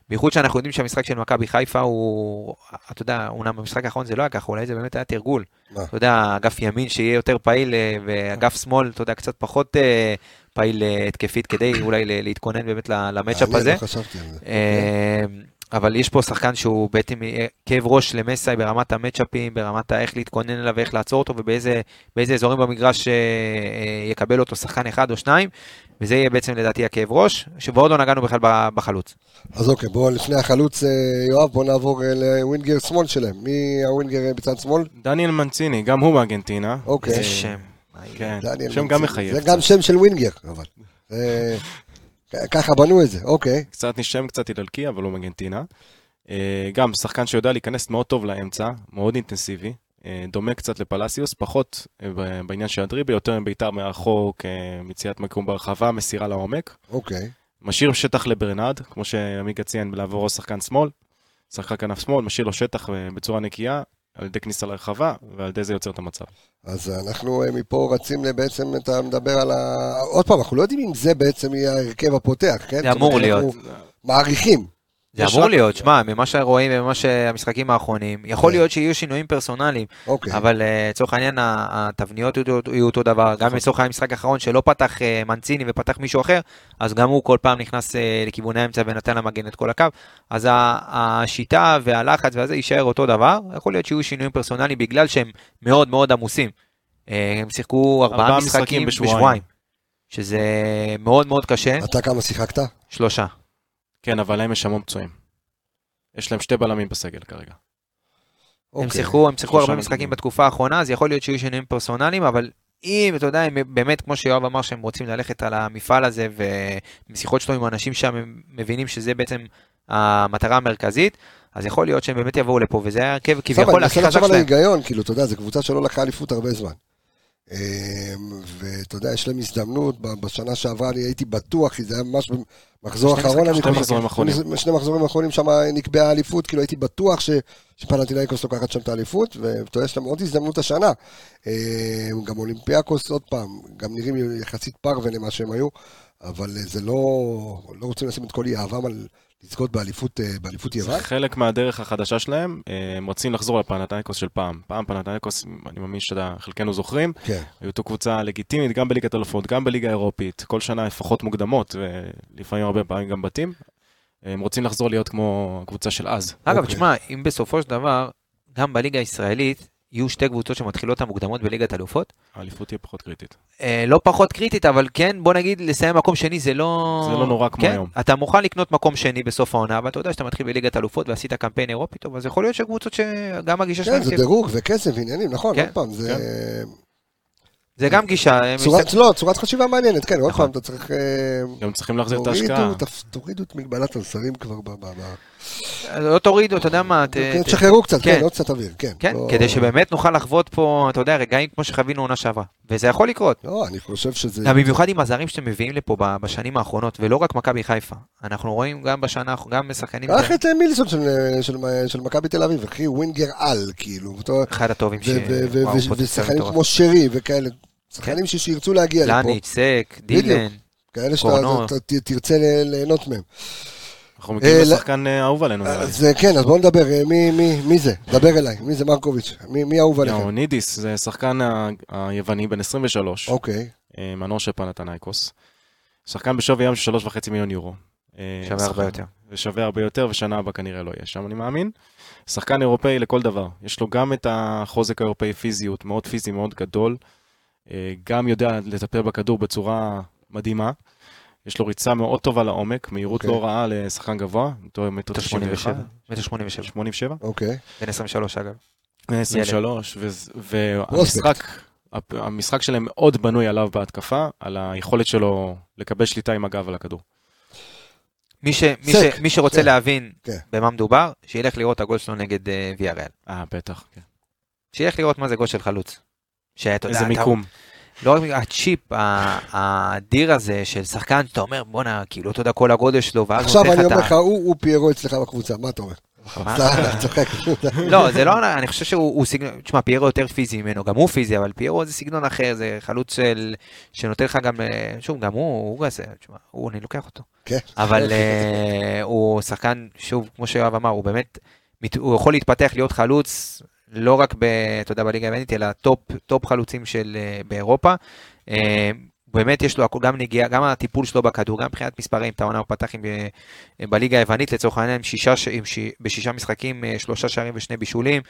[SPEAKER 2] בייחוד שאנחנו יודעים שהמשחק של מכבי חיפה הוא, אתה יודע, אומנם במשחק האחרון זה לא היה ככה, אולי זה באמת היה תרגול.
[SPEAKER 1] מה?
[SPEAKER 2] אתה יודע, אגף ימין שיהיה יותר פעיל, אה, ואגף שמאל, אתה יודע, קצת פחות אה, פעיל אה, התקפית, כדי אולי ל- להתכונן באמת ל- למצ'אפ
[SPEAKER 1] אני
[SPEAKER 2] הזה.
[SPEAKER 1] לא חשבתי על זה.
[SPEAKER 2] אה, אבל יש פה שחקן שהוא בעצם אה, כאב ראש למסאי ברמת המצ'אפים, ברמת ה- איך להתכונן אליו ואיך לעצור אותו ובאיזה באיזה אזורים במגרש אה, אה, יקבל אותו שחקן אחד או שניים, וזה יהיה בעצם לדעתי הכאב ראש, שבעוד לא נגענו בכלל ב- בחלוץ.
[SPEAKER 1] אז אוקיי, בואו לפני החלוץ, אה, יואב, בואו נעבור אה, לווינגר שמאל שלהם. מי הווינגר אה, בצד שמאל?
[SPEAKER 3] דניאל מנציני, גם הוא מארגנטינה.
[SPEAKER 1] אוקיי.
[SPEAKER 2] איזה
[SPEAKER 3] אה,
[SPEAKER 2] שם.
[SPEAKER 3] כן,
[SPEAKER 1] דניאל
[SPEAKER 3] שם
[SPEAKER 1] מנציני.
[SPEAKER 3] גם מחייב.
[SPEAKER 1] זה גם שם של ווינגר, אבל. אה, כ- ככה בנו את זה, אוקיי.
[SPEAKER 3] קצת נשם קצת איטלקי, אבל הוא מארגנטינה. אה, גם שחקן שיודע להיכנס מאוד טוב לאמצע, מאוד אינטנסיבי. אה, דומה קצת לפלסיוס, פחות אה, ב- בעניין של הדריבל, יותר עם בעיטה מרחוק, אה, מציאת מקום ברחבה, מסירה לעומק.
[SPEAKER 1] אוקיי.
[SPEAKER 3] משאיר שטח לברנרד, כמו שעמיגה ציין, לעבור על שחקן שמאל. שחקן כנף שמאל, משאיר לו שטח אה, בצורה נקייה, על ידי כניסה לרחבה, ועל ידי זה יוצר את המצב.
[SPEAKER 1] אז אנחנו אה, מפה רצים לבעצם, אתה מדבר על ה... עוד פעם, אנחנו לא יודעים אם זה בעצם יהיה ההרכב הפותח, כן?
[SPEAKER 2] זה אמור
[SPEAKER 1] זאת אומרת, אנחנו מעריכים.
[SPEAKER 2] זה
[SPEAKER 3] יש
[SPEAKER 2] אמור
[SPEAKER 3] רק-
[SPEAKER 2] להיות, שמע, ממה שרואים וממה שהמשחקים האחרונים, יכול
[SPEAKER 1] כן.
[SPEAKER 2] להיות שיהיו שינויים פרסונליים,
[SPEAKER 3] כן.
[SPEAKER 1] אוקיי.
[SPEAKER 2] אבל אה, לצורך העניין ה- התבניות יהיו אותו- יהיו אותו דבר,
[SPEAKER 3] נכון.
[SPEAKER 2] גם לצורך העניין המשחק האחרון שלא פתח אה, מנציני ופתח מישהו אחר, אז גם הוא כל פעם נכנס אה, לכיווני האמצע ונתן למגן את כל הקו, אז ה- השיטה והלחץ והזה יישאר אותו דבר, יכול להיות שיהיו שינויים פרסונליים בגלל שהם מאוד מאוד עמוסים. אה, הם שיחקו ארבעה
[SPEAKER 3] ארבעה
[SPEAKER 2] משחקים
[SPEAKER 3] משחקים בשבועיים.
[SPEAKER 2] בשבועיים, שזה מאוד מאוד קשה,
[SPEAKER 1] אתה כמה שיחקת?
[SPEAKER 2] שלושה.
[SPEAKER 3] כן, אבל להם יש המון פצועים. יש להם שתי בלמים בסגל כרגע.
[SPEAKER 2] הם
[SPEAKER 1] אוקיי.
[SPEAKER 2] שיחקו, הם שיחקו
[SPEAKER 3] שלושה
[SPEAKER 2] הרבה
[SPEAKER 3] מגנים.
[SPEAKER 2] משחקים בתקופה האחרונה, אז יכול להיות שיהיו שינויים פרסונליים, אבל אם, אתה יודע, הם באמת, כמו שיואב אמר, שהם רוצים ללכת על המפעל הזה, ומשיחות שלו עם האנשים שם, הם מבינים שזה בעצם המטרה המרכזית, אז יכול להיות שהם באמת יבואו לפה, וזה ההרכב
[SPEAKER 1] סבבה, לא
[SPEAKER 2] כביכול
[SPEAKER 1] אני מנסה
[SPEAKER 2] הכי חזק
[SPEAKER 1] לחשוב על
[SPEAKER 2] שלהם.
[SPEAKER 1] ההיגיון, כאילו, אתה יודע, זו קבוצה שלא לקחה אליפות הרבה זמן. אמ, ואתה יודע, יש להם הזדמנות, ב- בשנה שעברה אני הייתי בטוח, כי זה היה ממש במחזור
[SPEAKER 3] שני
[SPEAKER 1] האחרון,
[SPEAKER 3] משחקים,
[SPEAKER 1] אני
[SPEAKER 3] שני
[SPEAKER 1] חושב.
[SPEAKER 3] מחזורים אחרונים.
[SPEAKER 1] שני מחזורים האחרונים שם נקבעה האליפות, כאילו הייתי בטוח ש- שפנטינאיקוס לוקחת שם את האליפות, ואתה יודע, יש להם עוד הזדמנות השנה. אמ, גם אולימפיאקוס, עוד פעם, גם נראים יחסית פרווה למה שהם היו, אבל אה, זה לא, לא רוצים לשים את כל יהבם על לזכות באליפות, אה, באליפות
[SPEAKER 3] זה
[SPEAKER 1] יוון.
[SPEAKER 3] חלק מהדרך החדשה שלהם, אה, הם רוצים לחזור לפנתניקוס של פעם. פעם פנתניקוס, אני מאמין שחלקנו זוכרים,
[SPEAKER 1] כן.
[SPEAKER 3] היותו קבוצה לגיטימית גם בליגת אלופות, גם בליגה האירופית, כל שנה לפחות מוקדמות, ולפעמים הרבה פעמים גם בתים. הם רוצים לחזור להיות כמו הקבוצה של אז.
[SPEAKER 2] אגב,
[SPEAKER 1] אוקיי.
[SPEAKER 2] תשמע, אם בסופו של דבר, גם בליגה הישראלית, יהיו שתי קבוצות שמתחילות את המוקדמות בליגת אלופות,
[SPEAKER 3] האליפות תהיה פחות קריטית.
[SPEAKER 2] אה, לא פחות קריטית, אבל כן, בוא נגיד, לסיים מקום שני זה לא...
[SPEAKER 3] זה לא נורא כמו
[SPEAKER 2] כן,
[SPEAKER 3] היום.
[SPEAKER 2] אתה מוכן לקנות מקום שני בסוף העונה, אבל אתה יודע שאתה מתחיל בליגת אלופות ועשית קמפיין אירופי טוב, אז יכול להיות שקבוצות שגם הגישה
[SPEAKER 1] כן,
[SPEAKER 2] שלהם...
[SPEAKER 1] זה
[SPEAKER 2] תהיה-
[SPEAKER 1] דירוג וכסף ועניינים, נכון,
[SPEAKER 2] כן,
[SPEAKER 1] עוד פעם, זה
[SPEAKER 2] זה גם גישה... הם
[SPEAKER 1] צורת,
[SPEAKER 2] מסת-
[SPEAKER 1] לא, צורת חשיבה מעניינת, כן, עוד
[SPEAKER 2] נכון.
[SPEAKER 1] פעם, אתה צריך... אה,
[SPEAKER 3] גם צריכים להחזיר את ההשקעה.
[SPEAKER 1] תורידו, תפ- תורידו את מגבלת הזרים כבר, ב- ב- ב-
[SPEAKER 2] לא תורידו, אתה יודע מה... ת-
[SPEAKER 1] כן,
[SPEAKER 2] ת-
[SPEAKER 1] תשחררו קצת,
[SPEAKER 2] כן.
[SPEAKER 1] כן, עוד קצת אוויר, כן.
[SPEAKER 2] כן,
[SPEAKER 1] לא-
[SPEAKER 2] כדי שבאמת נוכל לחוות פה, אתה יודע, רגעים כמו שחווינו עונה שעברה. וזה יכול לקרות.
[SPEAKER 1] לא, אני חושב שזה...
[SPEAKER 2] גם במיוחד עם הזרים שאתם מביאים לפה ב- בשנים האחרונות, ולא רק מכבי חיפה. אנחנו רואים גם בשנה, האח- גם בשחקנים...
[SPEAKER 1] קח את אה, מילסון של, אה, של- של מכבי תל אביב, אחי, ווינגר על, כאילו. אותו-
[SPEAKER 2] אחד הטובים אה, ש...
[SPEAKER 1] ו- ו- ו-
[SPEAKER 2] וואו,
[SPEAKER 1] ו-
[SPEAKER 2] פוטנציאל
[SPEAKER 1] ושחקנים
[SPEAKER 2] מטורף. כן.
[SPEAKER 1] כמו שרי וכאלה. שחקנים ש- שירצו להגיע לפה.
[SPEAKER 2] לניץ', סק,
[SPEAKER 1] בדיוק.
[SPEAKER 2] דילן.
[SPEAKER 1] כאלה
[SPEAKER 2] קורנו.
[SPEAKER 1] שאתה אתה- ת- תרצה ל- ליהנות מהם.
[SPEAKER 3] אנחנו מגיעים
[SPEAKER 1] אה, לא-
[SPEAKER 3] לשחקן אה, אהוב עלינו. נראה לי.
[SPEAKER 1] אז אה, כן, אז בואו נדבר, אה, מי- מי- מי זה? דבר אליי, מי זה מרקוביץ'? מי מי אהוב עליכם?
[SPEAKER 3] יאונידיס זה שחקן ה- היווני בן 23,
[SPEAKER 1] אוקיי.
[SPEAKER 3] אה, מנור של פנתנייקוס. שחקן בשווי ים של 3.5 מיליון יורו. אה,
[SPEAKER 2] שווה הרבה
[SPEAKER 3] שחקן-
[SPEAKER 2] יותר.
[SPEAKER 3] זה שווה הרבה יותר, ושנה הבאה כנראה לא יהיה שם, אני מאמין. שחקן אירופאי לכל דבר. יש לו גם את החוזק האירופאי פיזיות, מאוד פיזי, מאוד גדול. אה, גם יודע לטפל בכדור בצורה מדהימה. יש לו ריצה מאוד טובה לעומק, מהירות
[SPEAKER 1] אוקיי.
[SPEAKER 3] לא רעה לשחקן גבוה, אותו מטר
[SPEAKER 2] מטר
[SPEAKER 3] 91,
[SPEAKER 2] 87. מטר 87.
[SPEAKER 3] 87,
[SPEAKER 1] אוקיי.
[SPEAKER 2] בן 23 אגב.
[SPEAKER 3] 23, וזה-
[SPEAKER 1] פרוספקט.
[SPEAKER 3] והמשחק הפ- המשחק שלהם מאוד בנוי עליו בהתקפה, על היכולת שלו לקבל שליטה עם הגב על הכדור.
[SPEAKER 2] מי, ש, מי,
[SPEAKER 1] סק.
[SPEAKER 2] ש, מי שרוצה
[SPEAKER 1] כן.
[SPEAKER 2] להבין
[SPEAKER 1] כן.
[SPEAKER 2] במה מדובר, שילך לראות את הגול שלו נגד uh, ויאריאל.
[SPEAKER 3] אה, בטח. כן.
[SPEAKER 2] שילך לראות מה זה גול של חלוץ. שאתה יודע,
[SPEAKER 3] איזה מיקום.
[SPEAKER 2] אתה, לא רק מיקום, הצ'יפ, ה- האדיר הזה של שחקן, אתה אומר, בואנה, כאילו, אתה יודע, כל הגודל שלו, ואז
[SPEAKER 1] עכשיו
[SPEAKER 2] נותן
[SPEAKER 1] אני אומר
[SPEAKER 2] את אה?
[SPEAKER 1] לך, הוא הוא פיירו אצלך בקבוצה, מה אתה אומר?
[SPEAKER 2] מה?
[SPEAKER 1] אתה צוחק.
[SPEAKER 2] לא, זה לא, אני חושב שהוא הוא סגנון, תשמע, פיירו יותר פיזי ממנו, גם הוא פיזי, אבל פיירו זה סגנון אחר, זה חלוץ של, שנותן לך גם, אה, שוב, גם הוא, הוא כזה, תשמע, הוא, אני לוקח אותו.
[SPEAKER 1] כן.
[SPEAKER 2] אבל אה, הוא שחקן, שוב, כמו שיואב אמר, הוא באמת, מת- הוא יכול להתפתח להיות חלוץ, לא רק, ב, אתה יודע, בליגה היוונית, אלא טופ, טופ חלוצים של, אה, באירופה. אה, באמת יש לו הכ- גם נגיעה, גם הטיפול שלו בכדור, גם מבחינת מספרים, את העונה הוא פתח עם, אה, בליגה היוונית לצורך העניין עם שישה, ש- עם ש... בשישה משחקים, אה, שלושה שערים ושני בישולים.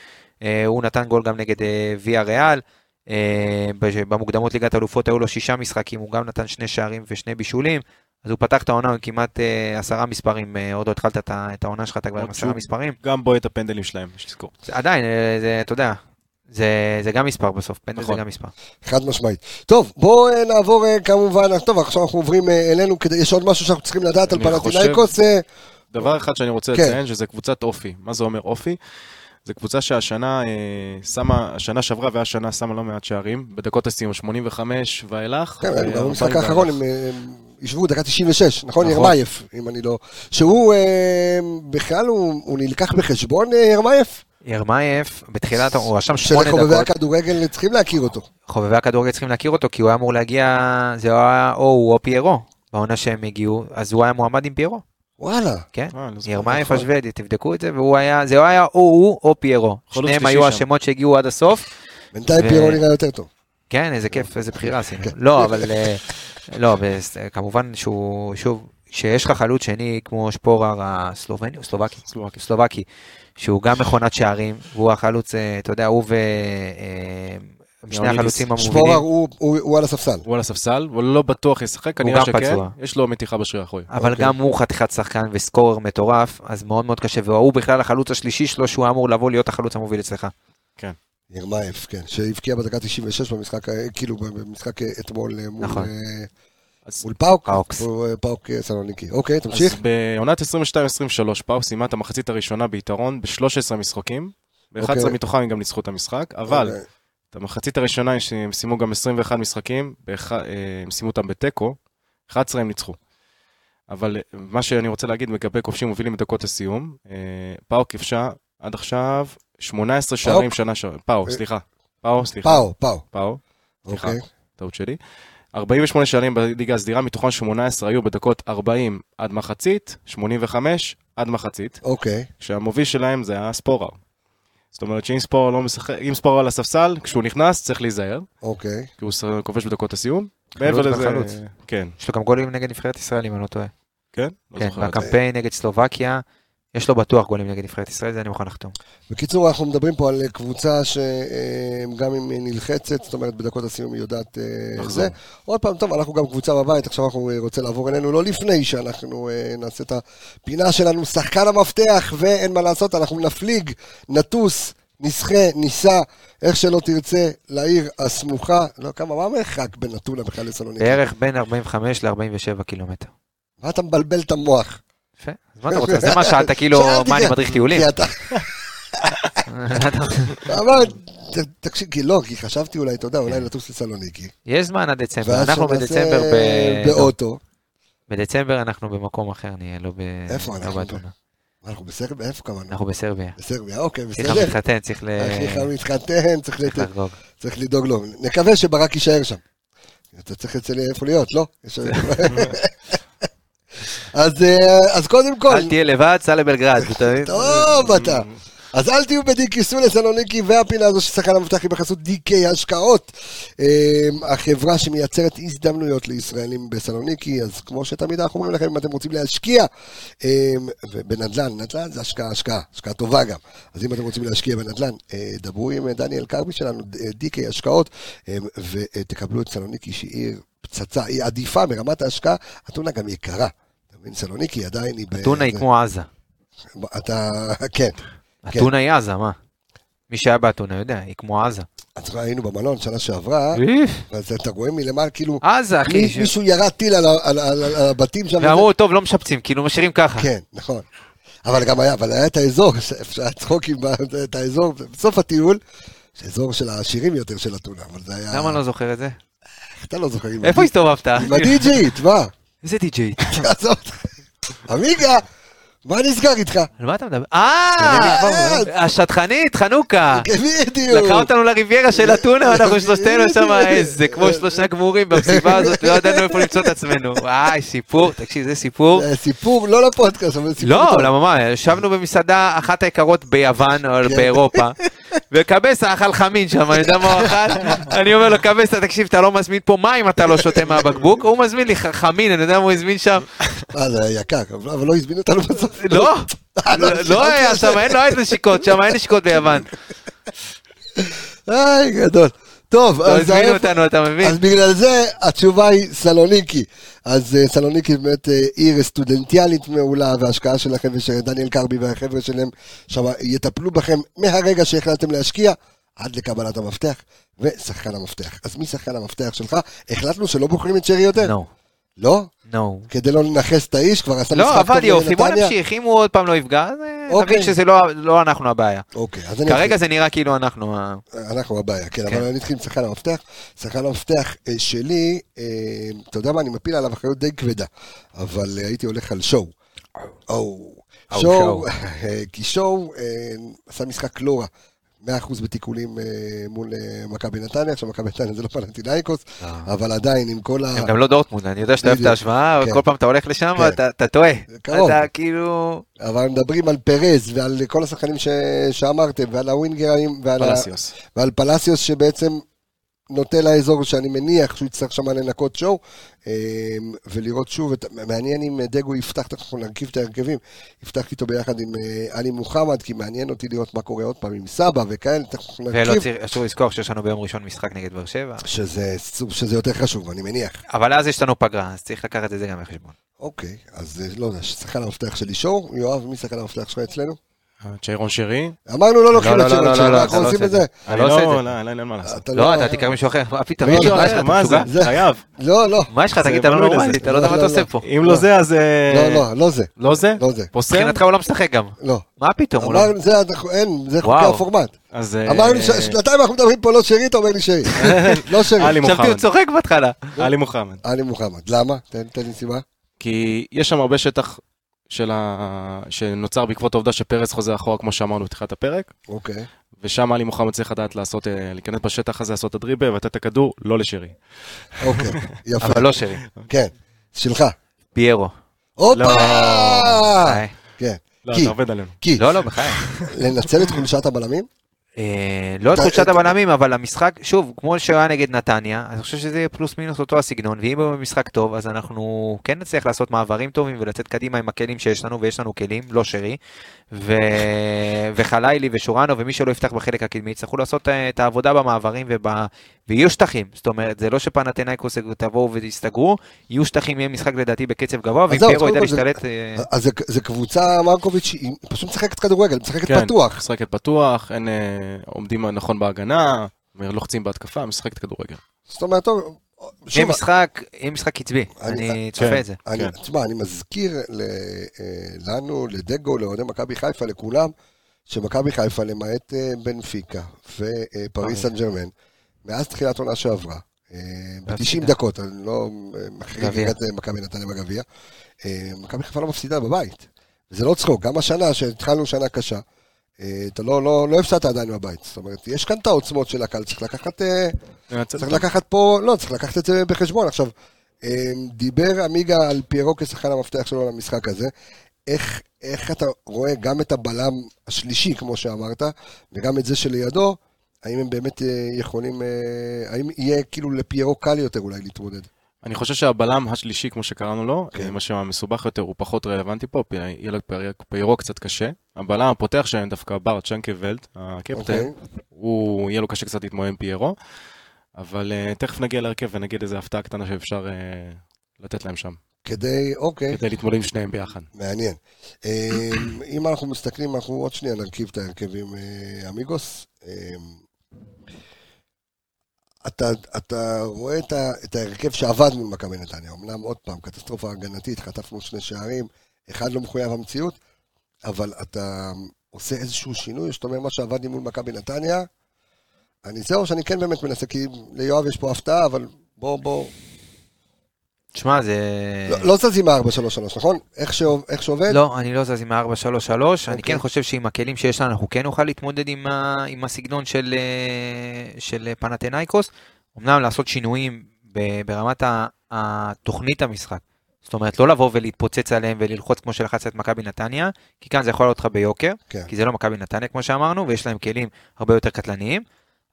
[SPEAKER 2] אה, הוא נתן גול גם נגד אה, ויה ריאל. אה, בש- במוקדמות ליגת אלופות היו לו שישה משחקים, הוא גם נתן שני שערים ושני בישולים. אז הוא פתח את העונה עם כמעט אה, עשרה מספרים, אה, עוד לא התחלת את ה- את העונה שלך, אתה כבר עם
[SPEAKER 3] עוד
[SPEAKER 2] עשרה
[SPEAKER 3] שוב.
[SPEAKER 2] מספרים.
[SPEAKER 3] גם בו את הפנדלים שלהם, יש לזכור.
[SPEAKER 2] זה עדיין, אה, זה, אתה יודע, זה, זה גם מספר בסוף, פנדל זה
[SPEAKER 3] נכון.
[SPEAKER 2] גם מספר.
[SPEAKER 1] חד משמעית. טוב, בואו אה, נעבור אה, כמובן, טוב, עכשיו אנחנו עוברים אה, אלינו, כדי- יש עוד משהו שאנחנו צריכים לדעת על
[SPEAKER 3] אני
[SPEAKER 1] פלטינאיקוס? אה,
[SPEAKER 3] דבר אחד שאני רוצה
[SPEAKER 1] כן.
[SPEAKER 3] לציין, שזה קבוצת אופי. מה זה אומר אופי? זו קבוצה שהשנה אה, שמה, השנה שעברה והשנה שמה לא מעט שערים, בדקות הסיום, 85 ואילך.
[SPEAKER 1] כן,
[SPEAKER 3] אה,
[SPEAKER 1] ראינו גם
[SPEAKER 3] 40
[SPEAKER 1] במשחק
[SPEAKER 3] ואילך.
[SPEAKER 1] האחרון הם אה, הם ישבו דקה 96, נכון?
[SPEAKER 2] לא נכון.
[SPEAKER 1] ירמייף, אם אני לא... שהוא אה, בכלל, הוא הוא נלקח בחשבון, אה, ירמייף?
[SPEAKER 2] ירמייף, בתחילת, הוא רשם שמונה
[SPEAKER 1] שלחובבי
[SPEAKER 2] דקות.
[SPEAKER 1] הכדורגל צריכים להכיר אותו.
[SPEAKER 2] חובבי הכדורגל צריכים להכיר אותו, כי הוא היה אמור להגיע, זה היה או הוא או פיירו, בעונה שהם הגיעו, אז הוא היה מועמד עם פיירו.
[SPEAKER 1] וואלה.
[SPEAKER 2] כן?
[SPEAKER 3] אה, אני לא זוכר.
[SPEAKER 2] ירמייף השוודי, תבדקו את זה, והוא היה, זה לא היה או הוא או פיירו.
[SPEAKER 3] יכול להיות
[SPEAKER 2] שניהם
[SPEAKER 3] שלישי
[SPEAKER 2] היו
[SPEAKER 3] שם.
[SPEAKER 2] השמות שהגיעו עד הסוף.
[SPEAKER 1] בינתיים
[SPEAKER 2] ו-
[SPEAKER 1] פירו נראה יותר טוב.
[SPEAKER 2] כן, איזה כיף, איזה בחירה עשינו.
[SPEAKER 3] כן.
[SPEAKER 2] לא, אבל אה, לא, בס- כמובן שהוא, שוב, שיש לך חלוץ שני כמו שפורר הסלובני או סלובקי?
[SPEAKER 3] סלובקי.
[SPEAKER 2] סלובקי, שהוא גם מכונת שערים, והוא החלוץ, אה, אתה יודע, הוא ו... אה, שני
[SPEAKER 3] יאונידיס.
[SPEAKER 2] החלוצים
[SPEAKER 1] שפורר
[SPEAKER 2] המובילים.
[SPEAKER 1] הוא- הוא הוא על הספסל.
[SPEAKER 3] הוא על הספסל, הוא לא בטוח ישחק, כנראה
[SPEAKER 2] גם
[SPEAKER 3] שכן,
[SPEAKER 2] פצוע. אה,
[SPEAKER 3] יש לו מתיחה בשריר האחורי.
[SPEAKER 2] אבל
[SPEAKER 1] אוקיי.
[SPEAKER 2] גם הוא חתיכת שחקן וסקורר מטורף, אז מאוד מאוד קשה, והוא בכלל החלוץ השלישי שלו, שהוא אמור לבוא להיות החלוץ המוביל אצלך.
[SPEAKER 1] ירמייף, כן, שהבקיע בדקה 96 במשחק, אה, כאילו במשחק אה, אתמול אה, מול,
[SPEAKER 2] נכון.
[SPEAKER 1] אה,
[SPEAKER 3] אז-
[SPEAKER 1] מול פאוק,
[SPEAKER 2] פאוקס.
[SPEAKER 1] מול, אה, פאוק אה, סלוניקי. אוקיי, תמשיך.
[SPEAKER 3] אז בעונת 22-23 פאו סיימה את המחצית הראשונה ביתרון ב-13 משחקים, ב-11
[SPEAKER 1] אוקיי.
[SPEAKER 3] מתוכם הם גם ניצחו את המשחק, אבל
[SPEAKER 1] אוקיי.
[SPEAKER 3] את המחצית הראשונה יש- הם סיימו גם 21 משחקים, באח- אה, הם סיימו אותם בתיקו, 11 הם ניצחו. אבל אה, מה שאני רוצה להגיד לגבי כובשים מובילים בדקות הסיום, אה, פאו כבשה עד עכשיו 18 שערים שנה שעברה, פאו,
[SPEAKER 1] אה.
[SPEAKER 3] סליחה, פאו, סליחה,
[SPEAKER 1] פאו, פאו.
[SPEAKER 3] פאו, סליחה.
[SPEAKER 1] אוקיי.
[SPEAKER 3] טעות שלי. 48 שערים בליגה הסדירה, מתוכם 18 היו בדקות 40 עד מחצית, 85 עד מחצית,
[SPEAKER 1] אוקיי.
[SPEAKER 3] כשהמוביל שלהם זה היה ספורר. זאת אומרת שאם ספורר לא משחק, אם ספורר על הספסל, כשהוא נכנס צריך להיזהר,
[SPEAKER 1] אוקיי.
[SPEAKER 3] כי הוא ש- כובש בדקות הסיום. מעבר לזה,
[SPEAKER 2] בחלוץ.
[SPEAKER 3] כן,
[SPEAKER 2] יש לו גם גולים נגד נבחרת ישראל, אם אני לא טועה.
[SPEAKER 3] כן, לא
[SPEAKER 2] כן,
[SPEAKER 3] זוכר את זה.
[SPEAKER 2] בקמפיין נגד סלובקיה, יש לו בטוח גולים נגד נבחרת ישראל, זה אני מוכן לחתום.
[SPEAKER 1] בקיצור, אנחנו מדברים פה על אה, קבוצה שגם אם היא נלחצת, זאת אומרת, בדקות הסיום היא יודעת אה,
[SPEAKER 2] נכון.
[SPEAKER 3] נחזור.
[SPEAKER 1] זה. עוד פעם, טוב, אנחנו גם קבוצה בבית, עכשיו אנחנו אה, רוצים לעבור אלינו, לא לפני שאנחנו אה, נעשה את הפינה שלנו, שחקן המפתח, ואין מה לעשות, אנחנו נפליג, נטוס, נסחה, ניסע, איך שלא תרצה, לעיר הסמוכה. לא, כמה, מה המרחק בין אתונה בכלל לסלוניקי?
[SPEAKER 2] בערך בין 45 ל-47 קילומטר.
[SPEAKER 1] מה אתה מבלבל את המוח?
[SPEAKER 2] יפה, אז מה אתה רוצה? זה מה שאלת, כאילו,
[SPEAKER 1] שאלתי,
[SPEAKER 2] מה אני
[SPEAKER 1] כן.
[SPEAKER 2] מדריך טיולים?
[SPEAKER 1] כי אתה... אבל, ת- תקשיב, כי לא, כי חשבתי אולי, אתה יודע, אולי לטוס לסלוניקי.
[SPEAKER 2] יש זמן עד דצמבר,
[SPEAKER 1] ואז
[SPEAKER 2] כן. אנחנו
[SPEAKER 1] שנעשה
[SPEAKER 2] בדצמבר ב- לא,
[SPEAKER 1] באוטו.
[SPEAKER 2] בדצמבר אנחנו במקום אחר נהיה, לא ב...
[SPEAKER 1] איפה
[SPEAKER 2] לא
[SPEAKER 1] אנחנו?
[SPEAKER 2] באתונה.
[SPEAKER 1] אנחנו בסרביה, איפה קבענו?
[SPEAKER 2] אנחנו בסרביה.
[SPEAKER 1] בסרביה, אוקיי,
[SPEAKER 2] צריך
[SPEAKER 1] בסדר.
[SPEAKER 2] להתחתן, צריך ל-
[SPEAKER 1] אחיך מתחתן, צריך
[SPEAKER 2] צריך
[SPEAKER 1] לת-
[SPEAKER 2] לחגוג.
[SPEAKER 1] צריך לדאוג לו. נקווה שברק יישאר שם. אתה צריך אצל איפה להיות, לא? יש- אז, אה, אז קודם כל,
[SPEAKER 2] אל תהיה לבד, סע לבלגרד, אתה מבין?
[SPEAKER 1] טוב אתה. אז אל תהיו בדיקי סעו לסלוניקי והפינה הזו ששחקן המבטח היא בחסות דיקי השקעות. אמ, החברה שמייצרת הזדמנויות לישראלים בסלוניקי, אז כמו שתמיד אנחנו אומרים לכם, אם אתם רוצים להשקיע אמ, בנדל"ן, נדל"ן זה השקעה, השקעה, השקעה טובה גם. אז אם אתם רוצים להשקיע בנדל"ן, אה, דברו עם אה, דניאל קרבי שלנו, ד- אה, דיקי השקעות, אמ, ותקבלו את סלוניקי שהיא עיר פצצה, היא עדיפה מרמת ההשקעה, אתונה גם יקרה. אתה מבין, סלוניקי עדיין היא... ב-
[SPEAKER 2] אתונה היא
[SPEAKER 1] זה-
[SPEAKER 2] כמו עזה.
[SPEAKER 1] כן. אתה, כן.
[SPEAKER 2] אתונה היא עזה, מה? מי שהיה באתונה יודע, היא כמו עזה.
[SPEAKER 1] אז היינו במלון שנה שעברה,
[SPEAKER 2] אה?
[SPEAKER 1] אז אתה רואה מלמעלה, כאילו,
[SPEAKER 2] עזה, אחי.
[SPEAKER 1] אה, מי-
[SPEAKER 2] ש-
[SPEAKER 1] מישהו ירה טיל על ה- על ה- על ה- על הבתים שם.
[SPEAKER 2] ואמרו, טוב, לא משפצים, כאילו משאירים ככה.
[SPEAKER 1] כן, נכון. אבל גם היה, אבל היה את האזור, אפשר צחוקים, ב- את האזור, בסוף הטיול, זה אזור של העשירים יותר של אתונה, אבל זה היה...
[SPEAKER 2] למה לא זוכר את זה?
[SPEAKER 1] אתה לא זוכר. עם
[SPEAKER 2] איפה
[SPEAKER 1] הדי-
[SPEAKER 2] הסתובבת?
[SPEAKER 1] עם הדי-ג'יט, מה?
[SPEAKER 2] איזה די-ג'יי?
[SPEAKER 1] אה, תעזוב. עמיגה, מה נסגר איתך?
[SPEAKER 2] על מה אתה מדבר? אה, השטחנית, חנוכה.
[SPEAKER 1] כן, בדיוק.
[SPEAKER 2] לקחה אותנו לריביירה של אתונה, אנחנו שלושתנו שם, איזה, כמו שלושה גמורים במסיבה הזאת, לא ידענו איפה למצוא את עצמנו. וואי, סיפור, תקשיב, זה סיפור.
[SPEAKER 1] זה סיפור, לא לפודקאסט, אבל סיפור.
[SPEAKER 2] לא,
[SPEAKER 1] טוב.
[SPEAKER 2] למה מה, ישבנו במסעדה אחת היקרות ביוון או
[SPEAKER 1] כן.
[SPEAKER 2] באירופה, וקבסה אכל חמין שם, אני יודע מה הוא אכל, אני אומר לו, קבסה, תקשיב, אתה לא מזמין פה מים, אתה לא שותה מהבקבוק, הוא מזמין לי ח- חמין, אני יודע מה הוא הזמין שם,
[SPEAKER 1] אה, זה היה יקר, אבל אבל לא הזמינו אותנו בסוף.
[SPEAKER 2] לא,
[SPEAKER 1] אה, לא,
[SPEAKER 2] לא היה
[SPEAKER 1] שאלתי על
[SPEAKER 2] שם,
[SPEAKER 1] זה.
[SPEAKER 2] אין לא היה נשיקות, שם אין נשיקות ביוון,
[SPEAKER 1] היי, גדול. טוב,
[SPEAKER 2] לא
[SPEAKER 1] אז
[SPEAKER 2] הזמינו
[SPEAKER 1] איפה-
[SPEAKER 2] אותנו, אתה מבין?
[SPEAKER 1] אז בגלל זה התשובה היא סלוניקי. אז אה, סלוניקי באמת אה, עיר סטודנטיאלית מעולה, וההשקעה שלכם ושל דניאל קרבי והחבר'ה שלהם שם יטפלו בכם מהרגע שהחלטתם להשקיע עד לקבלת המפתח ושחקן המפתח. אז מי שחקן המפתח שלך? החלטנו שלא בוחרים את שרי יותר?
[SPEAKER 2] לא,
[SPEAKER 1] לא?
[SPEAKER 2] לא.
[SPEAKER 1] כדי לא לנכס את האיש, כבר עשה משחק
[SPEAKER 2] לא,
[SPEAKER 1] טוב
[SPEAKER 2] עבד יופי, בוא
[SPEAKER 1] בנתניה?
[SPEAKER 2] נמשיך, אם הוא עוד פעם לא יפגע, אז אה,
[SPEAKER 1] אוקיי.
[SPEAKER 2] תבין שזה לא- לא אנחנו הבעיה.
[SPEAKER 1] אוקיי, אז אני...
[SPEAKER 2] כרגע זה נראה כאילו אנחנו, ה-
[SPEAKER 1] אנחנו הבעיה, כן,
[SPEAKER 2] כן.
[SPEAKER 1] אבל אני אתחיל עם שחקן המפתח. שחקן המפתח אה, שלי, אה, אתה יודע מה, אני מפיל עליו אחריות די כבדה, אבל אה, הייתי הולך על שואו. או,
[SPEAKER 2] או,
[SPEAKER 1] שואו,
[SPEAKER 2] שואו.
[SPEAKER 1] אה, כי שואו אה, עשה משחק לא רע. 100% בתיקולים אה, מול אה, מכבי נתניה, עכשיו מכבי נתניה זה לא פלנטינאיקוס,
[SPEAKER 2] אה.
[SPEAKER 1] אבל עדיין עם כל ה...
[SPEAKER 2] הם גם לא דורטמונד, אני יודע שאתה אוהב את
[SPEAKER 1] אה. בדיוק,
[SPEAKER 2] ההשוואה, אבל
[SPEAKER 1] כן.
[SPEAKER 2] כל פעם אתה הולך לשם,
[SPEAKER 1] כן.
[SPEAKER 2] אתה אתה טועה.
[SPEAKER 1] קרוב.
[SPEAKER 2] אתה כאילו...
[SPEAKER 1] אבל מדברים על פרז ועל כל השחקנים ש... שאמרתם, ועל הווינגריים, ועל, ה...
[SPEAKER 3] פלסיוס.
[SPEAKER 1] ועל פלסיוס שבעצם נוטה לאזור שאני מניח שהוא יצטרך שם לנקות שואו, אמ, ולראות שוב, את... מעניין אם דגו יפתח, תכף אנחנו נרכיב את ההרכבים, יפתח איתו ביחד עם אה, עלי מוחמד, כי מעניין אותי לראות מה קורה עוד פעם עם סבא וכאלה, תכף אנחנו
[SPEAKER 2] ולא
[SPEAKER 1] נרכיב,
[SPEAKER 2] צריך, אסור לזכור שיש לנו ביום ראשון משחק נגד באר שבע,
[SPEAKER 1] שזה, שזה יותר חשוב, אני מניח.
[SPEAKER 2] אבל אז יש לנו פגרה, אז צריך לקחת את זה גם בחשבון.
[SPEAKER 1] אוקיי, אז אה, לא יודע, שחקן המפתח שלי שור, יואב, מי שחקן המפתח שלך אצלנו?
[SPEAKER 3] צ'יירון שירי.
[SPEAKER 1] אמרנו לא לוקחים
[SPEAKER 2] לא,
[SPEAKER 1] את
[SPEAKER 2] לא, לא,
[SPEAKER 1] שלנו,
[SPEAKER 2] לא, לא,
[SPEAKER 1] אנחנו
[SPEAKER 2] אתה לא
[SPEAKER 1] עושים
[SPEAKER 2] עושה
[SPEAKER 1] את
[SPEAKER 2] את
[SPEAKER 1] זה.
[SPEAKER 2] אתה לא עושה את זה.
[SPEAKER 3] לא, לא, אין מה לעשות. אה,
[SPEAKER 1] אתה
[SPEAKER 2] לא, אתה תיקח מישהו אחר, מה פתאום?
[SPEAKER 1] לא,
[SPEAKER 2] מה יש לך?
[SPEAKER 1] אתה
[SPEAKER 3] מה זה?
[SPEAKER 2] אתה משוגע?
[SPEAKER 3] חייב.
[SPEAKER 1] לא, לא,
[SPEAKER 2] מה יש לך?
[SPEAKER 3] זה
[SPEAKER 2] תגיד, אתה לא
[SPEAKER 3] בנוי
[SPEAKER 2] נורמלי,
[SPEAKER 3] לזה.
[SPEAKER 2] אתה לא יודע מה אתה
[SPEAKER 1] לא,
[SPEAKER 2] עושה
[SPEAKER 1] לא.
[SPEAKER 2] פה.
[SPEAKER 3] אם לא זה, אז... אה,
[SPEAKER 1] לא, לא, לא זה,
[SPEAKER 3] לא זה?
[SPEAKER 1] לא זה.
[SPEAKER 3] פוסל?
[SPEAKER 2] מבחינתך הוא לא משחק גם.
[SPEAKER 1] לא.
[SPEAKER 2] מה פתאום? הוא לא-
[SPEAKER 1] אמרנו, זה, אנחנו- אין, זה חוקי
[SPEAKER 2] וואו.
[SPEAKER 1] הפורמט.
[SPEAKER 3] אז... אה,
[SPEAKER 1] אמרנו, ש- שנתיים אנחנו מדברים פה לא שרי, אתה אומר לי שרי. לא שרי.
[SPEAKER 3] אה, עלי
[SPEAKER 2] חשבתי הוא
[SPEAKER 3] מוחמד.
[SPEAKER 2] צוחק בהתחלה.
[SPEAKER 1] לא.
[SPEAKER 3] עלי מוחמד.
[SPEAKER 1] עלי מוחמד. למה? תן תן לי סיבה.
[SPEAKER 3] כי יש שם הרבה שטח של ה... שנוצר בעקבות העובדה שפרס חוזר אחורה, כמו שאמרנו בתחילת הפרק,
[SPEAKER 1] אוקיי.
[SPEAKER 3] ושם עלי מוחמד צריך לדעת לעשות, אה, להיכנס בשטח הזה, לעשות את הדריבל, ולתת את הכדור, לא לשירי.
[SPEAKER 1] אוקיי. יפה.
[SPEAKER 2] אבל לא שרי,
[SPEAKER 1] כן. שלך.
[SPEAKER 2] פיירו.
[SPEAKER 1] הופה!
[SPEAKER 2] אה,
[SPEAKER 1] כן.
[SPEAKER 3] לא,
[SPEAKER 1] כי-
[SPEAKER 3] אתה עובד עלינו.
[SPEAKER 1] כי
[SPEAKER 2] לא, לא, בחיים.
[SPEAKER 1] לנצל את חולשת הבלמים?
[SPEAKER 2] אה, לא את
[SPEAKER 1] אתה-
[SPEAKER 2] חולשת
[SPEAKER 1] אתה-
[SPEAKER 2] הבלמים, אבל המשחק, שוב, כמו שהיה נגד נתניה, אני חושב שזה יהיה פלוס מינוס אותו הסגנון, ואם הוא במשחק טוב, אז אנחנו כן נצליח לעשות מעברים טובים ולצאת קדימה עם הכלים שיש לנו, ויש לנו כלים, לא שרי, ו... וחלילי ושורנו, ומי שלא יפתח בחלק הקדמי, יצטרכו לעשות אה, את העבודה במעברים וב... ויהיו שטחים, זאת אומרת, זה לא שפנתנאיקוס תבואו ותסתגרו, יהיו שטחים, יהיה משחק לדעתי בקצב גבוה, ואם
[SPEAKER 1] אז זהו, אז
[SPEAKER 2] פיירו
[SPEAKER 1] קודם
[SPEAKER 2] ידע
[SPEAKER 1] כל זה-
[SPEAKER 2] להשתלט...
[SPEAKER 3] כן.
[SPEAKER 2] אה,
[SPEAKER 1] אז זה- זה קבוצה, מרקוביץ', היא פשוט משחקת כדורגל, משחקת
[SPEAKER 3] כן,
[SPEAKER 1] פתוח.
[SPEAKER 3] משחקת פתוח, אין, אה, עומדים נכון בהגנה, לוחצים בהתקפה, משחקת כדורגל.
[SPEAKER 1] זאת אומרת, טוב,
[SPEAKER 2] יהיה
[SPEAKER 1] שוב,
[SPEAKER 2] משחק, יהיה משחק קצבי,
[SPEAKER 1] אני-
[SPEAKER 2] אני
[SPEAKER 3] כן.
[SPEAKER 2] צופה את זה.
[SPEAKER 1] אני,
[SPEAKER 3] כן.
[SPEAKER 1] תשמע, אני מזכיר ל, אה, לנו, לדגו, לאוהדי מכבי חיפה, לכולם, שמכבי חיפה, למעט אה, בנפיקה ופריס
[SPEAKER 3] פריס.
[SPEAKER 1] סן ג'רמן, מאז תחילת עונה שעברה, ב-90
[SPEAKER 2] מפסידה.
[SPEAKER 1] דקות, אני לא אה, מחריג
[SPEAKER 2] גביע.
[SPEAKER 1] את אה, מכבי נתניה בגביע, אה, מכבי חיפה לא מפסידה בבית. זה לא צחוק, גם השנה, שהתחלנו שנה קשה, אה, אתה לא, לא, לא הפסדת עדיין בבית. זאת אומרת, יש כאן את העוצמות של הקהל, צריך לקחת... אה, צריך לקחת פה, לא, צריך לקחת את זה בחשבון. עכשיו, אה, דיבר עמיגה על פיירו כשחקן המפתח שלו למשחק הזה. איך, איך אתה רואה גם את הבלם השלישי, כמו שאמרת, וגם את זה שלידו, האם הם באמת אה, יכולים, אה, האם יהיה כאילו לפיירו קל יותר אולי להתמודד?
[SPEAKER 3] אני חושב שהבלם השלישי, כמו שקראנו לו,
[SPEAKER 1] כן.
[SPEAKER 3] עם השם המסובך יותר, הוא פחות רלוונטי פה, פי- יהיה לו פי- פיירו קצת קשה. הבלם הפותח שלהם דווקא בר צ'נקלוולט, הקפטן,
[SPEAKER 1] אוקיי?
[SPEAKER 3] הוא, יהיה לו קשה קצת להתמודד עם פיירו, אבל אה, תכף נגיע להרכב ונגיד איזו הפתעה קטנה שאפשר אה, לתת להם שם,
[SPEAKER 1] כדי, אוקיי,
[SPEAKER 3] כדי להתמודד עם שניהם ביחד.
[SPEAKER 1] מעניין. אה, אם אנחנו מסתכלים, אנחנו עוד שנייה נרכיב את ההרכבים אה, אמיגוס. אה, אתה, אתה רואה את, ה, את ההרכב שעבד מול מכבי נתניה, אמנם עוד פעם, קטסטרופה הגנתית, חטפנו שני שערים, אחד לא מחויב המציאות, אבל אתה עושה איזשהו שינוי, או שאתה אומר מה שעבד לי מול מכבי נתניה, אני זהו, שאני כן באמת מנסה, כי ליואב יש פה הפתעה, אבל בוא, בוא,
[SPEAKER 2] תשמע, זה...
[SPEAKER 1] לא, לא זזים ה-433, נכון? איך, שעוב, איך שעובד?
[SPEAKER 2] לא, אני לא זז עם ה-4-3-3,
[SPEAKER 1] אוקיי.
[SPEAKER 2] אני כן חושב שעם הכלים שיש לנו, אנחנו כן נוכל להתמודד עם, ה... עם הסגנון של, אה, של אה, פנתנאיקוס. אמנם לעשות שינויים ב... ברמת ה... התוכנית המשחק. זאת אומרת, לא לבוא ולהתפוצץ עליהם וללחוץ כמו שלחצת את מכבי נתניה, כי כאן זה יכול להיות לך ביוקר,
[SPEAKER 1] כן.
[SPEAKER 2] כי זה לא מכבי נתניה כמו שאמרנו, ויש להם כלים הרבה יותר קטלניים.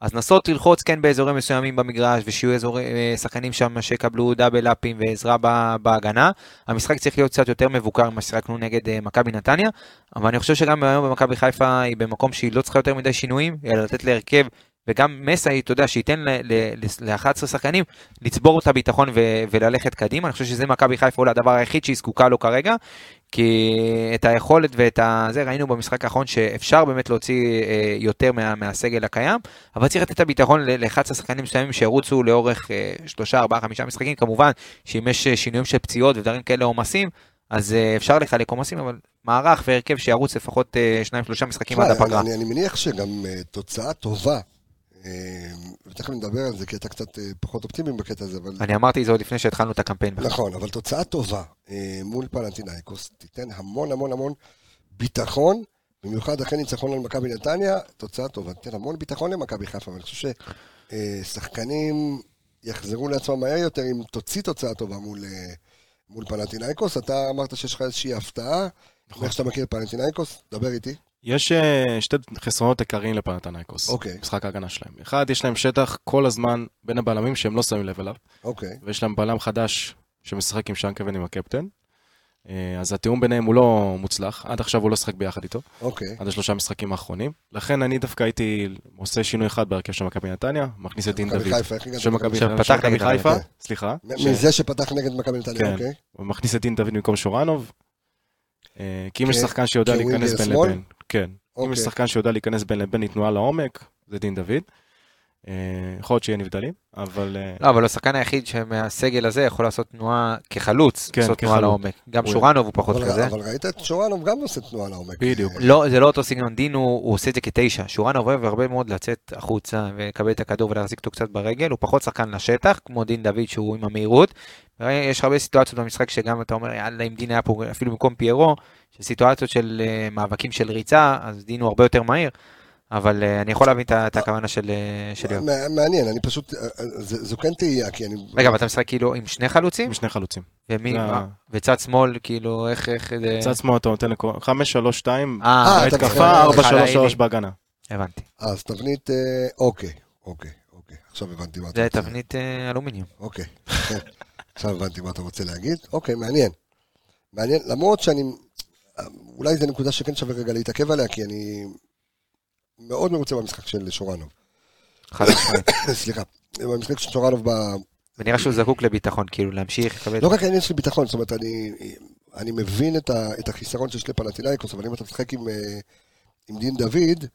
[SPEAKER 2] אז לנסות ללחוץ כן באזורים מסוימים במגרש, ושיהיו אזורי, אה, שחקנים שם שיקבלו דאבל אפים ועזרה ב- בהגנה. המשחק צריך להיות קצת יותר מבוקר ממה ששיחקנו נגד אה, מכבי נתניה, אבל אני חושב שגם היום במכבי חיפה היא במקום שהיא לא צריכה יותר מדי שינויים, אלא לתת להרכב, וגם מסי, אתה יודע, שייתן ל-11 שחקנים לצבור את הביטחון ו- וללכת קדימה. אני חושב שזה מכבי חיפה אולי הדבר היחיד שהיא זקוקה לו כרגע, כי את היכולת ואת ה... זה ראינו במשחק האחרון שאפשר באמת להוציא אה, יותר מה- מהסגל הקיים, אבל צריך לתת את הביטחון ל- ל-11 שחקנים מסוימים שירוצו לאורך אה, שלושה, ארבעה, חמישה משחקים. כמובן שאם יש אה, שינויים של פציעות ודברים כאלה עומסים, אז אה, אפשר לחלק עומסים, אבל מערך והרכב שירוץ לפחות אה, שניים, שלושה משחקים עד
[SPEAKER 1] תשמע,
[SPEAKER 2] הפגרה.
[SPEAKER 1] אני, אני מניח שגם uh, תוצאה טובה, uh, ותכף נדבר על זה, כי אתה קצת uh, פחות אופטימי בקטע הזה, אבל...
[SPEAKER 2] אני אמרתי את זה עוד לפני שהתחלנו את הקמפיין. בכלל.
[SPEAKER 1] נכון, אבל תוצאה טובה אה, מול פלנטינאיקוס תיתן המון המון המון ביטחון, במיוחד אחרי ניצחון על מכבי נתניה, תוצאה טובה. תן המון ביטחון למכבי חיפה, ואני חושב ששחקנים יחזרו לעצמם מהר יותר אם תוציא תוצאה טובה מול, אה, מול פלנטינאיקוס. אתה אמרת שיש לך איזושהי הפתעה, איך שאתה מכיר את פלנטינאיקוס, דבר איתי.
[SPEAKER 3] יש אה, שתי חסרונות עיקריים לפנתנייקוס,
[SPEAKER 1] אוקיי.
[SPEAKER 3] משחק ההגנה שלהם. אחד, יש להם שטח כל הזמן בין הבלמים שהם לא שמים לב אליו,
[SPEAKER 1] אוקיי,
[SPEAKER 3] ויש להם בלם חדש שמשחק עם שנקבן עם הקפטן. אה, אז התיאום ביניהם הוא לא מוצלח, עד עכשיו הוא לא שחק ביחד איתו,
[SPEAKER 1] אוקיי.
[SPEAKER 3] עד השלושה משחקים האחרונים. לכן אני דווקא הייתי עושה שינוי אחד בהרכב של מכבי נתניה, מכניס את דין
[SPEAKER 1] מכבי
[SPEAKER 3] דוד.
[SPEAKER 1] חיפה, איך הגעת
[SPEAKER 3] של מכבי
[SPEAKER 2] עכשיו פתח
[SPEAKER 3] של מכבי
[SPEAKER 2] נגד
[SPEAKER 3] חיפה,
[SPEAKER 1] מכבי.
[SPEAKER 3] סליחה. ש-
[SPEAKER 1] מזה שפתח נגד מכבי נתניה,
[SPEAKER 3] כן.
[SPEAKER 1] אוקיי?
[SPEAKER 3] הוא מכניס את דין דוד במקום שורנוב. אה, כי אם
[SPEAKER 1] כ-
[SPEAKER 3] יש שחקן שיודע
[SPEAKER 1] כווינגר
[SPEAKER 3] להיכנס בין
[SPEAKER 1] שמאל?
[SPEAKER 3] לבין, כן. אם
[SPEAKER 1] אוקיי.
[SPEAKER 3] יש שחקן שיודע להיכנס בין לבין לתנועה לעומק, זה דין דוד. אה, יכול להיות שיהיה נבדלים, אבל אה,
[SPEAKER 2] לא, אבל הוא השחקן היחיד שמהסגל הזה יכול לעשות תנועה כחלוץ,
[SPEAKER 3] כן,
[SPEAKER 2] לעשות תנועה
[SPEAKER 3] כחלוץ.
[SPEAKER 2] לעומק. גם
[SPEAKER 3] הוא-
[SPEAKER 2] שורנוב הוא פחות
[SPEAKER 1] אבל-
[SPEAKER 2] כזה.
[SPEAKER 1] אבל ראית את שורנוב גם עושה תנועה לעומק.
[SPEAKER 3] בדיוק.
[SPEAKER 2] לא, זה לא אותו סגנון, דין הוא, הוא עושה את זה כתשע. שורנוב אוהב הרבה מאוד לצאת החוצה ולקבל את הכדור ולהחזיק אותו קצת ברגל, הוא פחות שחקן לשטח, כמו דין דוד שהוא עם המהירות. יש הרבה סיטואציות במשחק שגם אתה אומר, יאללה, אם דין היה פה אפילו במקום פיירו, שסיטואציות של אה, מאבקים של ריצה, אז דין הוא הרבה יותר מהיר. אבל אה, אני יכול להבין את ה- את הכוונה של אה, של יואב.
[SPEAKER 1] מע- מעניין, אני פשוט, אה, אה, זה- זו כן תהייה, כי אני...
[SPEAKER 2] רגע, אבל אתה משחק כאילו עם שני חלוצים?
[SPEAKER 3] עם שני חלוצים.
[SPEAKER 1] אה.
[SPEAKER 2] ומי,
[SPEAKER 3] זה ה-
[SPEAKER 2] וצד שמאל, כאילו, איך, איך, זה-
[SPEAKER 3] צד שמאל אתה נותן לכל... 5-3-2,
[SPEAKER 2] אה,
[SPEAKER 1] אתה משחק-
[SPEAKER 3] התקפה
[SPEAKER 2] חלאילי.
[SPEAKER 3] 4-3-3 בהגנה.
[SPEAKER 2] הבנתי.
[SPEAKER 1] אז תבנית, אה, אוקיי, אוקיי, אוקיי. עכשיו הבנתי מה אתה
[SPEAKER 2] זה
[SPEAKER 1] רוצה.
[SPEAKER 2] תבנית אה, אלומיניום.
[SPEAKER 1] אוקיי, כן. עכשיו הבנתי מה אתה רוצה להגיד. אוקיי, מעניין. מעניין, למרות שאני... אולי זו נקודה שכן שווה רגע להתעכב עליה, כי אני מאוד מרוצה במשחק של שורנוב.
[SPEAKER 2] חד משמעית.
[SPEAKER 1] סליחה, במשחק של שורנוב ב...
[SPEAKER 2] ונראה שהוא זקוק לביטחון, כאילו להמשיך לקבל...
[SPEAKER 1] לא רק העניין של ביטחון, זאת אומרת, אני, אני מבין את, ה, את החיסרון שיש לפלטינאיקוס, אבל אם אתה משחק עם, אה, עם דין דוד,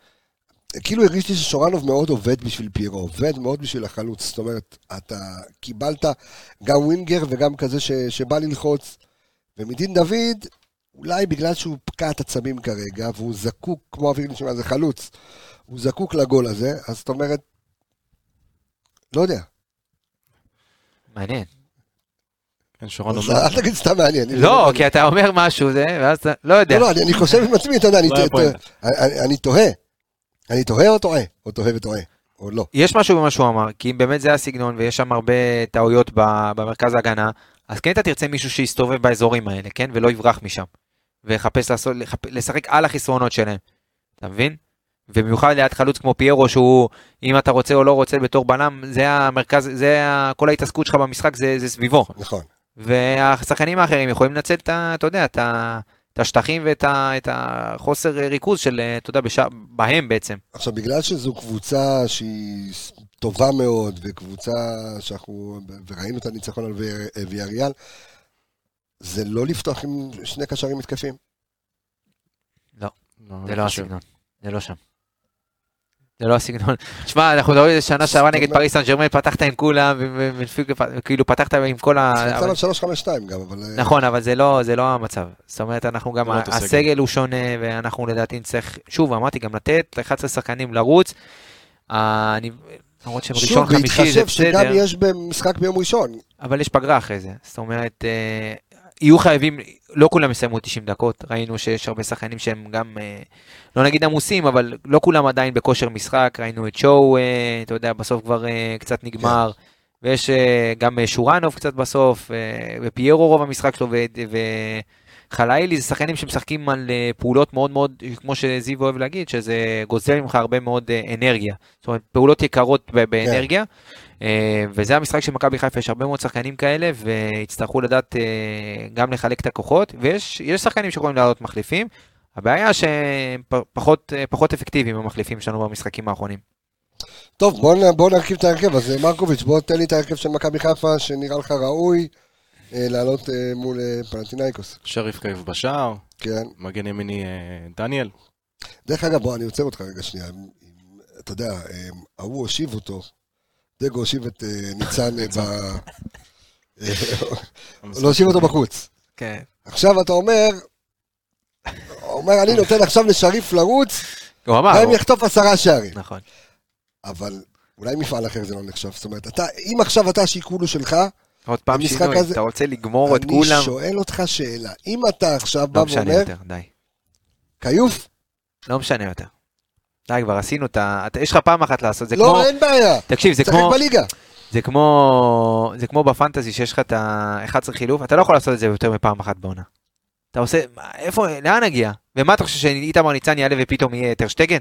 [SPEAKER 1] כאילו הרגיש לי ששורנוב מאוד עובד בשביל פיירו, עובד מאוד בשביל החלוץ. זאת אומרת, אתה קיבלת גם ווינגר וגם כזה ש, שבא ללחוץ. ומדין דוד, אולי בגלל שהוא פקע את עצבים כרגע, והוא זקוק, כמו אוויר נשמע, זה חלוץ, הוא זקוק לגול הזה, אז זאת אומרת, לא יודע.
[SPEAKER 2] מעניין.
[SPEAKER 3] כן,
[SPEAKER 1] אז
[SPEAKER 3] שורנוב.
[SPEAKER 1] אל תגיד סתם מעניין.
[SPEAKER 2] לא, כי אתה אומר משהו, זה, ואז אתה... לא יודע.
[SPEAKER 1] לא, לא, אני- אני חושב עם עצמי, אתה יודע, אני
[SPEAKER 3] לא היה
[SPEAKER 1] טועה. אני- אני תוהה. אני תוהה או טועה? או תוהה וטועה? או לא.
[SPEAKER 2] יש משהו במה שהוא אמר, כי אם באמת זה הסגנון, ויש שם הרבה טעויות ב- במרכז ההגנה, אז כן אתה תרצה מישהו שיסתובב באזורים האלה, כן? ולא יברח משם. ויחפש לעשות, לחפ... לשחק על החסרונות שלהם. אתה מבין? ובמיוחד ליד חלוץ כמו פיירו, שהוא, אם אתה רוצה או לא רוצה בתור בלם, זה המרכז, זה ה... כל ההתעסקות שלך במשחק, זה, זה סביבו.
[SPEAKER 1] נכון.
[SPEAKER 2] והשחקנים האחרים יכולים לנצל את ה... אתה יודע, את ה... את השטחים ואת ה, את החוסר ריכוז של, אה, אתה יודע, בש... בהם בעצם.
[SPEAKER 1] עכשיו, בגלל שזו קבוצה שהיא ס- טובה מאוד, וקבוצה שאנחנו, וראינו את הניצחון על ויה- ויאריאל, זה לא לפתוח עם שני קשרים מתקפים.
[SPEAKER 2] זה לא הסגנון, זה לא שם. זה לא הסגנון. שמע, אנחנו מדברים על זה שנה שעברה נגד פריס סן ג'רמן, פתחת עם כולם, ו- ו- ו- כאילו פתחת עם כל ה...
[SPEAKER 1] זה לא-
[SPEAKER 2] אבל-
[SPEAKER 1] יצא על 3-5-2 גם, אבל... אה,
[SPEAKER 2] נכון, אבל זה לא, זה לא המצב. זאת אומרת, אנחנו גם,
[SPEAKER 3] זה לא אותו סגל.
[SPEAKER 2] הסגל הוא שונה, ואנחנו לדעתי נצטרך, שוב, אמרתי, גם לתת ל-11 שחקנים לרוץ. אה, אני... למרות שהם ראשון
[SPEAKER 1] שוב,
[SPEAKER 2] חמישי זה
[SPEAKER 1] בהתחשב שגם
[SPEAKER 2] בסדר,
[SPEAKER 1] יש במשחק ביום ראשון.
[SPEAKER 2] אבל יש פגרה אחרי זה. זאת אומרת, אה, יהיו חייבים, לא כולם יסיימו 90 דקות, ראינו שיש הרבה שחקנים שהם גם, אה, לא נגיד עמוסים, אבל לא כולם עדיין בכושר משחק, ראינו את שואו, אה, אתה יודע, בסוף כבר אה, קצת נגמר. ויש אה, גם אה, שורנוב קצת בסוף, אה, ופיירו רוב המשחק שלו, ו- וחלאילי זה שחקנים שמשחקים על אה, פעולות מאוד מאוד, כמו שזיו אוהב להגיד, שזה גוזל ממך הרבה מאוד אה, אנרגיה. זאת אומרת, פעולות יקרות ב- באנרגיה, אה, וזה המשחק של מכבי חיפה, יש הרבה מאוד שחקנים כאלה, ויצטרכו לדעת אה, גם לחלק את הכוחות, ויש יש שחקנים שיכולים לעלות מחליפים. הבעיה שהם פ- פחות, אה, פחות אפקטיביים המחליפים שלנו במשחקים האחרונים.
[SPEAKER 1] טוב, בוא, נ- בוא נרכיב את ההרכב. אז אה, מרקוביץ', בוא תן לי את ההרכב של מכבי חיפה, שנראה לך ראוי אה, לעלות אה, מול אה, פלטינאיקוס.
[SPEAKER 3] שריף קייב בשער,
[SPEAKER 1] כן.
[SPEAKER 3] מגן ימיני אה, דניאל.
[SPEAKER 1] דרך אגב, בוא, אני עוצר אותך רגע שנייה. אם- אם- אתה יודע, אמ, ההוא הושיב אותו, דגו הושיב את אה, ניצן אה, ב... אה, לא הושיב אותו בחוץ.
[SPEAKER 2] כן.
[SPEAKER 1] עכשיו אתה אומר, אומר, אני נותן עכשיו לשריף לרוץ,
[SPEAKER 2] הוא אמר,
[SPEAKER 1] גם אם
[SPEAKER 2] הוא-
[SPEAKER 1] יחטוף עשרה שערים.
[SPEAKER 2] נכון.
[SPEAKER 1] אבל אולי מפעל אחר זה לא נחשב. זאת אומרת, אתה, אם עכשיו אתה השיקול הוא שלך,
[SPEAKER 2] עוד פעם
[SPEAKER 1] המשחק
[SPEAKER 2] שינוי,
[SPEAKER 1] הזה-
[SPEAKER 2] אתה רוצה לגמור את
[SPEAKER 1] אני
[SPEAKER 2] כולם,
[SPEAKER 1] שואל אותך שאלה. אם אתה עכשיו בא
[SPEAKER 2] לא משנה
[SPEAKER 1] ואומר,
[SPEAKER 2] יותר, די.
[SPEAKER 1] כיוף,
[SPEAKER 2] לא משנה יותר. די, כבר עשינו את ה... אתה- יש לך פעם אחת לעשות, זה כמו...
[SPEAKER 1] לא, אין בעיה.
[SPEAKER 2] תקשיב, זה
[SPEAKER 1] תשחק
[SPEAKER 2] כמו...
[SPEAKER 1] בליגה.
[SPEAKER 2] זה כמו, זה כמו בפנטזי שיש לך את ה-11 חילוף, אתה לא יכול לעשות את זה יותר מפעם אחת בעונה. אתה עושה, מה, איפה, לאן נגיע? ומה אתה חושב שאיתמר ניצן יעלה ופתאום יהיה יותר שטגן?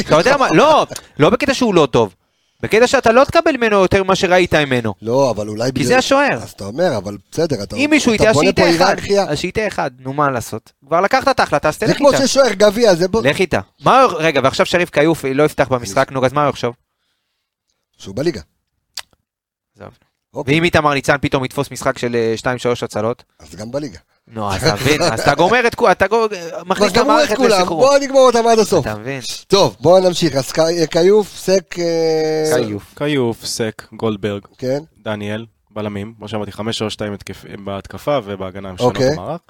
[SPEAKER 2] אתה יודע מה, לא, לא בקטע שהוא לא טוב. בקטע שאתה לא תקבל ממנו יותר ממה שראית ממנו.
[SPEAKER 1] לא, אבל אולי...
[SPEAKER 2] כי
[SPEAKER 1] בגלל-
[SPEAKER 2] זה השוער.
[SPEAKER 1] אז אתה אומר, אבל בסדר, אתה
[SPEAKER 2] אם מישהו
[SPEAKER 1] אתה
[SPEAKER 2] יטעה,
[SPEAKER 1] בונה פה
[SPEAKER 2] שייטעה אחד.
[SPEAKER 1] היררכיה.
[SPEAKER 2] אז שייטעה אחד, נו מה לעשות? כבר לקחת את ההחלטה, אז
[SPEAKER 1] זה
[SPEAKER 2] תלך
[SPEAKER 1] כמו
[SPEAKER 2] איתה.
[SPEAKER 1] ששוער גביע, זה בוא...
[SPEAKER 2] לך איתה. מה, רגע, ועכשיו שריף כיוף לא יפתח במשחק, נו, אז מה הוא יחשוב?
[SPEAKER 1] שהוא בליגה.
[SPEAKER 2] עזוב.
[SPEAKER 1] אוקיי,
[SPEAKER 2] ואם איתמר ניצן פתאום יתפוס משחק של 2-3 הצלות?
[SPEAKER 1] אז גם בליגה.
[SPEAKER 2] נו, אז אתה מבין, אז אתה גומר את כולם, אתה גומר- מכניס את
[SPEAKER 1] כבר גמרו את
[SPEAKER 2] המערכת
[SPEAKER 1] כולם,
[SPEAKER 2] לסחרור.
[SPEAKER 1] בואו נגמור אותם עד הסוף.
[SPEAKER 2] אתה מבין?
[SPEAKER 1] טוב, בואו נמשיך. אז קי- כיוף, סק... אה,
[SPEAKER 2] כיוף.
[SPEAKER 3] כיוף, סק, גולדברג,
[SPEAKER 1] כן.
[SPEAKER 3] דניאל, בלמים, כמו שאמרתי, 5-3-2 התקף- בהתקפה ובהגנה עם שלנו
[SPEAKER 1] אוקיי.
[SPEAKER 3] במערך.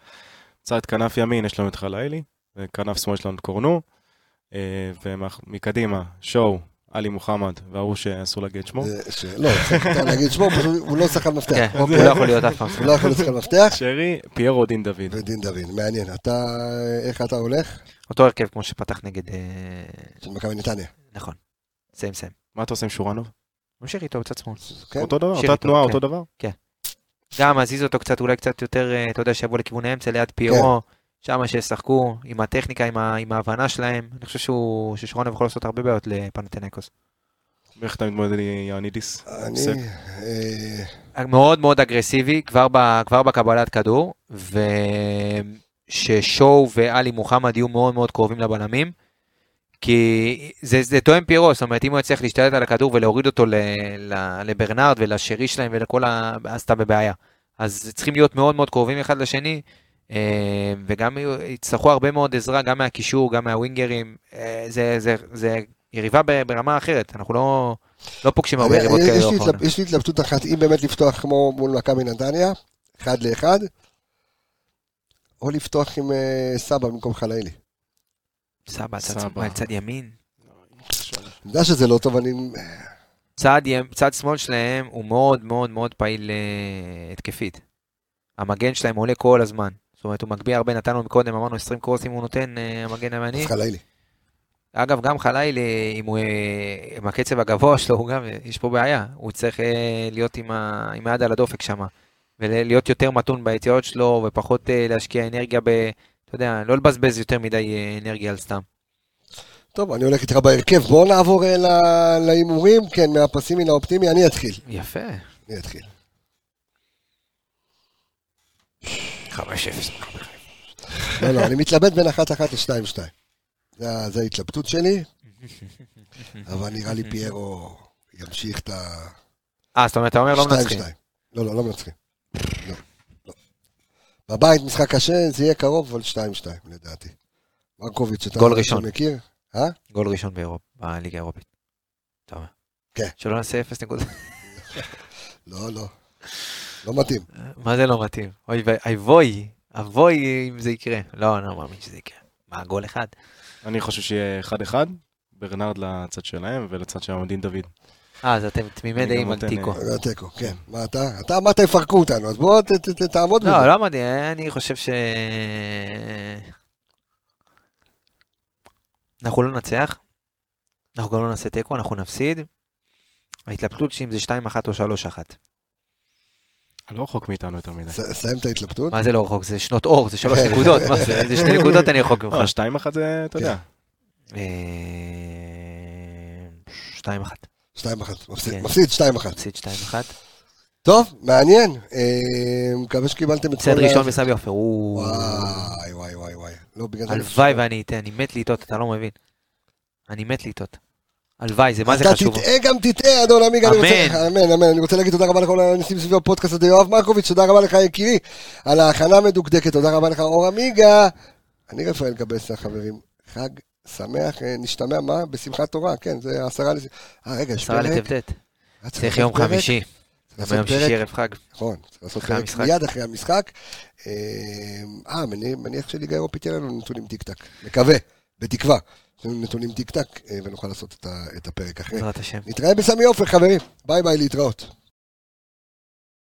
[SPEAKER 3] צד כנף ימין יש לנו את חלאילי, וכנף שמאל יש לנו את קורנו, אה, ומקדימה, שואו, עלי מוחמד, וההוא שאסור להגיד את שמו,
[SPEAKER 1] זה ש- לא, צריך להגיד שמו, פשוט הוא לא שחקן
[SPEAKER 2] כן,
[SPEAKER 1] מפתח.
[SPEAKER 2] הוא לא יכול להיות אף פעם.
[SPEAKER 1] הוא לא יכול להיות שחקן מפתח.
[SPEAKER 3] שרי, פיירו, דין דוד.
[SPEAKER 1] ודין דוד, מעניין. אתה, איך אתה הולך?
[SPEAKER 2] אותו הרכב כמו שפתח נגד... אה,
[SPEAKER 1] של מכבי נתניה.
[SPEAKER 2] נכון. סיים סיים.
[SPEAKER 3] מה אתה עושה עם שורנוב?
[SPEAKER 2] ממשיך איתו בצד שמאל.
[SPEAKER 1] כן?
[SPEAKER 3] אותו דבר,
[SPEAKER 2] שרי
[SPEAKER 3] אותה
[SPEAKER 2] טוב,
[SPEAKER 3] תנועה,
[SPEAKER 2] כן.
[SPEAKER 3] אותו דבר.
[SPEAKER 2] גם מזיז אותו קצת, אולי קצת יותר, אה, אתה יודע, שיבוא לכיוון האמצע ליד
[SPEAKER 1] כן.
[SPEAKER 2] פיירו, שם שישחקו, עם הטכניקה, עם ה- עם ההבנה שלהם. אני חושב שהוא- ששרונוב יכול לעשות הרבה בעיות לפנתנקוס.
[SPEAKER 3] ואיך אתה מתמודד עם יאנידיס? סק.
[SPEAKER 1] כן? אני... אה,
[SPEAKER 2] מאוד מאוד אגרסיבי, כבר, ב, כבר בקבלת כדור, וששואו ואלי מוחמד יהיו מאוד מאוד קרובים לבלמים, כי זה, זה תואם פירו, זאת אומרת, אם הוא יצליח להשתלט על הכדור ולהוריד אותו ל, ל, לברנרד ולשרי שלהם ולכל ה... אז אתה בבעיה. אז צריכים להיות מאוד מאוד קרובים אחד לשני, אה, וגם יהיו- יצטרכו הרבה מאוד עזרה, גם מהקישור, גם מהווינגרים. אה, זה, זה, זה יריבה ב- ברמה אחרת, אנחנו לא, לא פוגשים הרבה
[SPEAKER 1] אני-
[SPEAKER 2] יריבות
[SPEAKER 1] אה, יש
[SPEAKER 2] כאלה.
[SPEAKER 1] לי
[SPEAKER 2] לאחרונה.
[SPEAKER 1] התלב- יש לי התלבטות אחת, אם באמת לפתוח כמו מול מכבי נתניה, אחד לאחד, או לפתוח עם אה, סבא במקום חלאילי.
[SPEAKER 2] סבא, צד
[SPEAKER 3] סבא.
[SPEAKER 2] שמאל, צד ימין.
[SPEAKER 1] אני יודע שזה לא טוב, אני...
[SPEAKER 2] צד, ימ- צד שמאל שלהם הוא מאוד מאוד מאוד פעיל אה, התקפית. המגן שלהם עולה כל הזמן. זאת אומרת, הוא מגביה הרבה, נתנו מקודם, אמרנו 20 קורסים הוא נותן, אה, המגן הימני.
[SPEAKER 1] אז חלאילי.
[SPEAKER 2] אגב, גם חליל, אה, אם הוא... אה, עם הקצב הגבוה שלו, הוא גם, יש פה בעיה. הוא צריך אה, להיות עם, ה, עם היד על הדופק שם. ולהיות יותר מתון ביציאות שלו, ופחות אה, להשקיע אנרגיה ב... אתה יודע, לא לבזבז יותר מדי אה, אנרגיה על סתם.
[SPEAKER 1] טוב, אני הולך איתך בהרכב, בואו נעבור אה, ל- להימורים, כן, מהפסימי לאופטימי, אני אתחיל.
[SPEAKER 2] יפה.
[SPEAKER 1] אני אתחיל.
[SPEAKER 2] 5-0.
[SPEAKER 1] לא, לא, אני מתלבט בין אחת אחת לשתיים שתיים. זה ה- זה ההתלבטות שלי, אבל נראה לי פיירו ימשיך את ה...
[SPEAKER 2] אה, זאת אומרת, אתה אומר לא
[SPEAKER 1] שתיים,
[SPEAKER 2] מנצחים.
[SPEAKER 1] שתיים. לא, לא, לא מנצחים. לא, לא. בבית משחק קשה, זה יהיה קרוב, אבל 2-2 לדעתי. מרקוביץ', אתה
[SPEAKER 2] גול ראשון.
[SPEAKER 1] מכיר? אה?
[SPEAKER 2] גול ראשון באירופ, בליגה האירופית. אתה אומר.
[SPEAKER 1] כן.
[SPEAKER 2] שלא נעשה 0 נקודות.
[SPEAKER 1] לא, לא. לא מתאים.
[SPEAKER 2] מה זה לא מתאים? אוי ואי אבוי, אבוי אם זה יקרה. לא, אני לא מאמין שזה יקרה. מה, גול אחד?
[SPEAKER 3] אני חושב שיהיה 1-1, ברנרד לצד שלהם ולצד שלנו דין דוד.
[SPEAKER 2] אה, אז אתם תמימי
[SPEAKER 3] אני
[SPEAKER 2] דעים
[SPEAKER 3] גם
[SPEAKER 2] על
[SPEAKER 3] נותן,
[SPEAKER 2] תיקו.
[SPEAKER 3] אה,
[SPEAKER 1] זה תיקו, כן. מה אתה? אתה אמרת יפרקו אותנו, אז בוא ת- ת- ת- תעמוד בזה.
[SPEAKER 2] לא, לא אמרתי, אני חושב ש... אנחנו לא ננצח, אנחנו גם לא נעשה תיקו, אנחנו נפסיד. ההתלבטות שאם זה 2-1 או 3-1.
[SPEAKER 3] לא רחוק מאיתנו יותר מדי.
[SPEAKER 1] ס- סיים את ההתלבטות.
[SPEAKER 2] מה זה לא רחוק? זה שנות אור, זה 3 נקודות, מה זה? זה 2 נקודות אני רחוק ממך.
[SPEAKER 3] לא, 2-1 זה, אתה יודע.
[SPEAKER 2] אה, שתיים אחת.
[SPEAKER 1] 2-1. מפסיד-
[SPEAKER 2] כן.
[SPEAKER 1] מפסיד 2-1.
[SPEAKER 2] הפסיד שתיים אחת.
[SPEAKER 1] טוב, מעניין. אה, מקווה שקיבלתם את כל
[SPEAKER 2] הפסד ראשון בסמי עופר. הוא-
[SPEAKER 1] וואי, וואי, וואי, וואי. לא, בגלל זה...
[SPEAKER 2] הלוואי ואני אתן, אני מת לטעות, אתה לא מבין. אני מת לטעות. הלוואי, זה מה זה חשוב.
[SPEAKER 1] אתה תטעה גם תטעה, אדון עמיגה. אני רוצה-
[SPEAKER 2] אמן.
[SPEAKER 1] אמן, אמן. אני רוצה להגיד תודה רבה לכל הנשיאים סביב הפודקאסט הזה, יואב מרקוביץ', תודה רבה לך יקירי, על ההכנה המדוקדקת, תודה רבה לך אור עמיגה. אני רפאל גבסה, חברים. חג שמח, אה, נשתמע, מה? בשמחת תורה, כן, זה עשרה לס... אה, רגע, יש
[SPEAKER 2] עשרה
[SPEAKER 1] פרק?
[SPEAKER 2] לט"ט.
[SPEAKER 1] אה,
[SPEAKER 2] צריך
[SPEAKER 1] לעשות
[SPEAKER 2] יום
[SPEAKER 1] פרק?
[SPEAKER 2] חמישי. גם
[SPEAKER 1] לעשות
[SPEAKER 2] ביום
[SPEAKER 1] פרק?
[SPEAKER 2] שישי ערב חג.
[SPEAKER 1] נכון, צריך לעשות
[SPEAKER 2] אחרי
[SPEAKER 1] פרק
[SPEAKER 2] המשחק.
[SPEAKER 1] מיד אחרי המשחק. אה, אה, מני- מניח שליגה אירופית יהיה לנו נתונים טיק טק. מקווה, בתקווה. יש לנו נתונים טיק טק, אה, ונוכל לעשות את ה- את הפרק אחרי.
[SPEAKER 2] בעזרת השם.
[SPEAKER 1] נתראה בסמי עופר, חברים. ביי ביי, להתראות.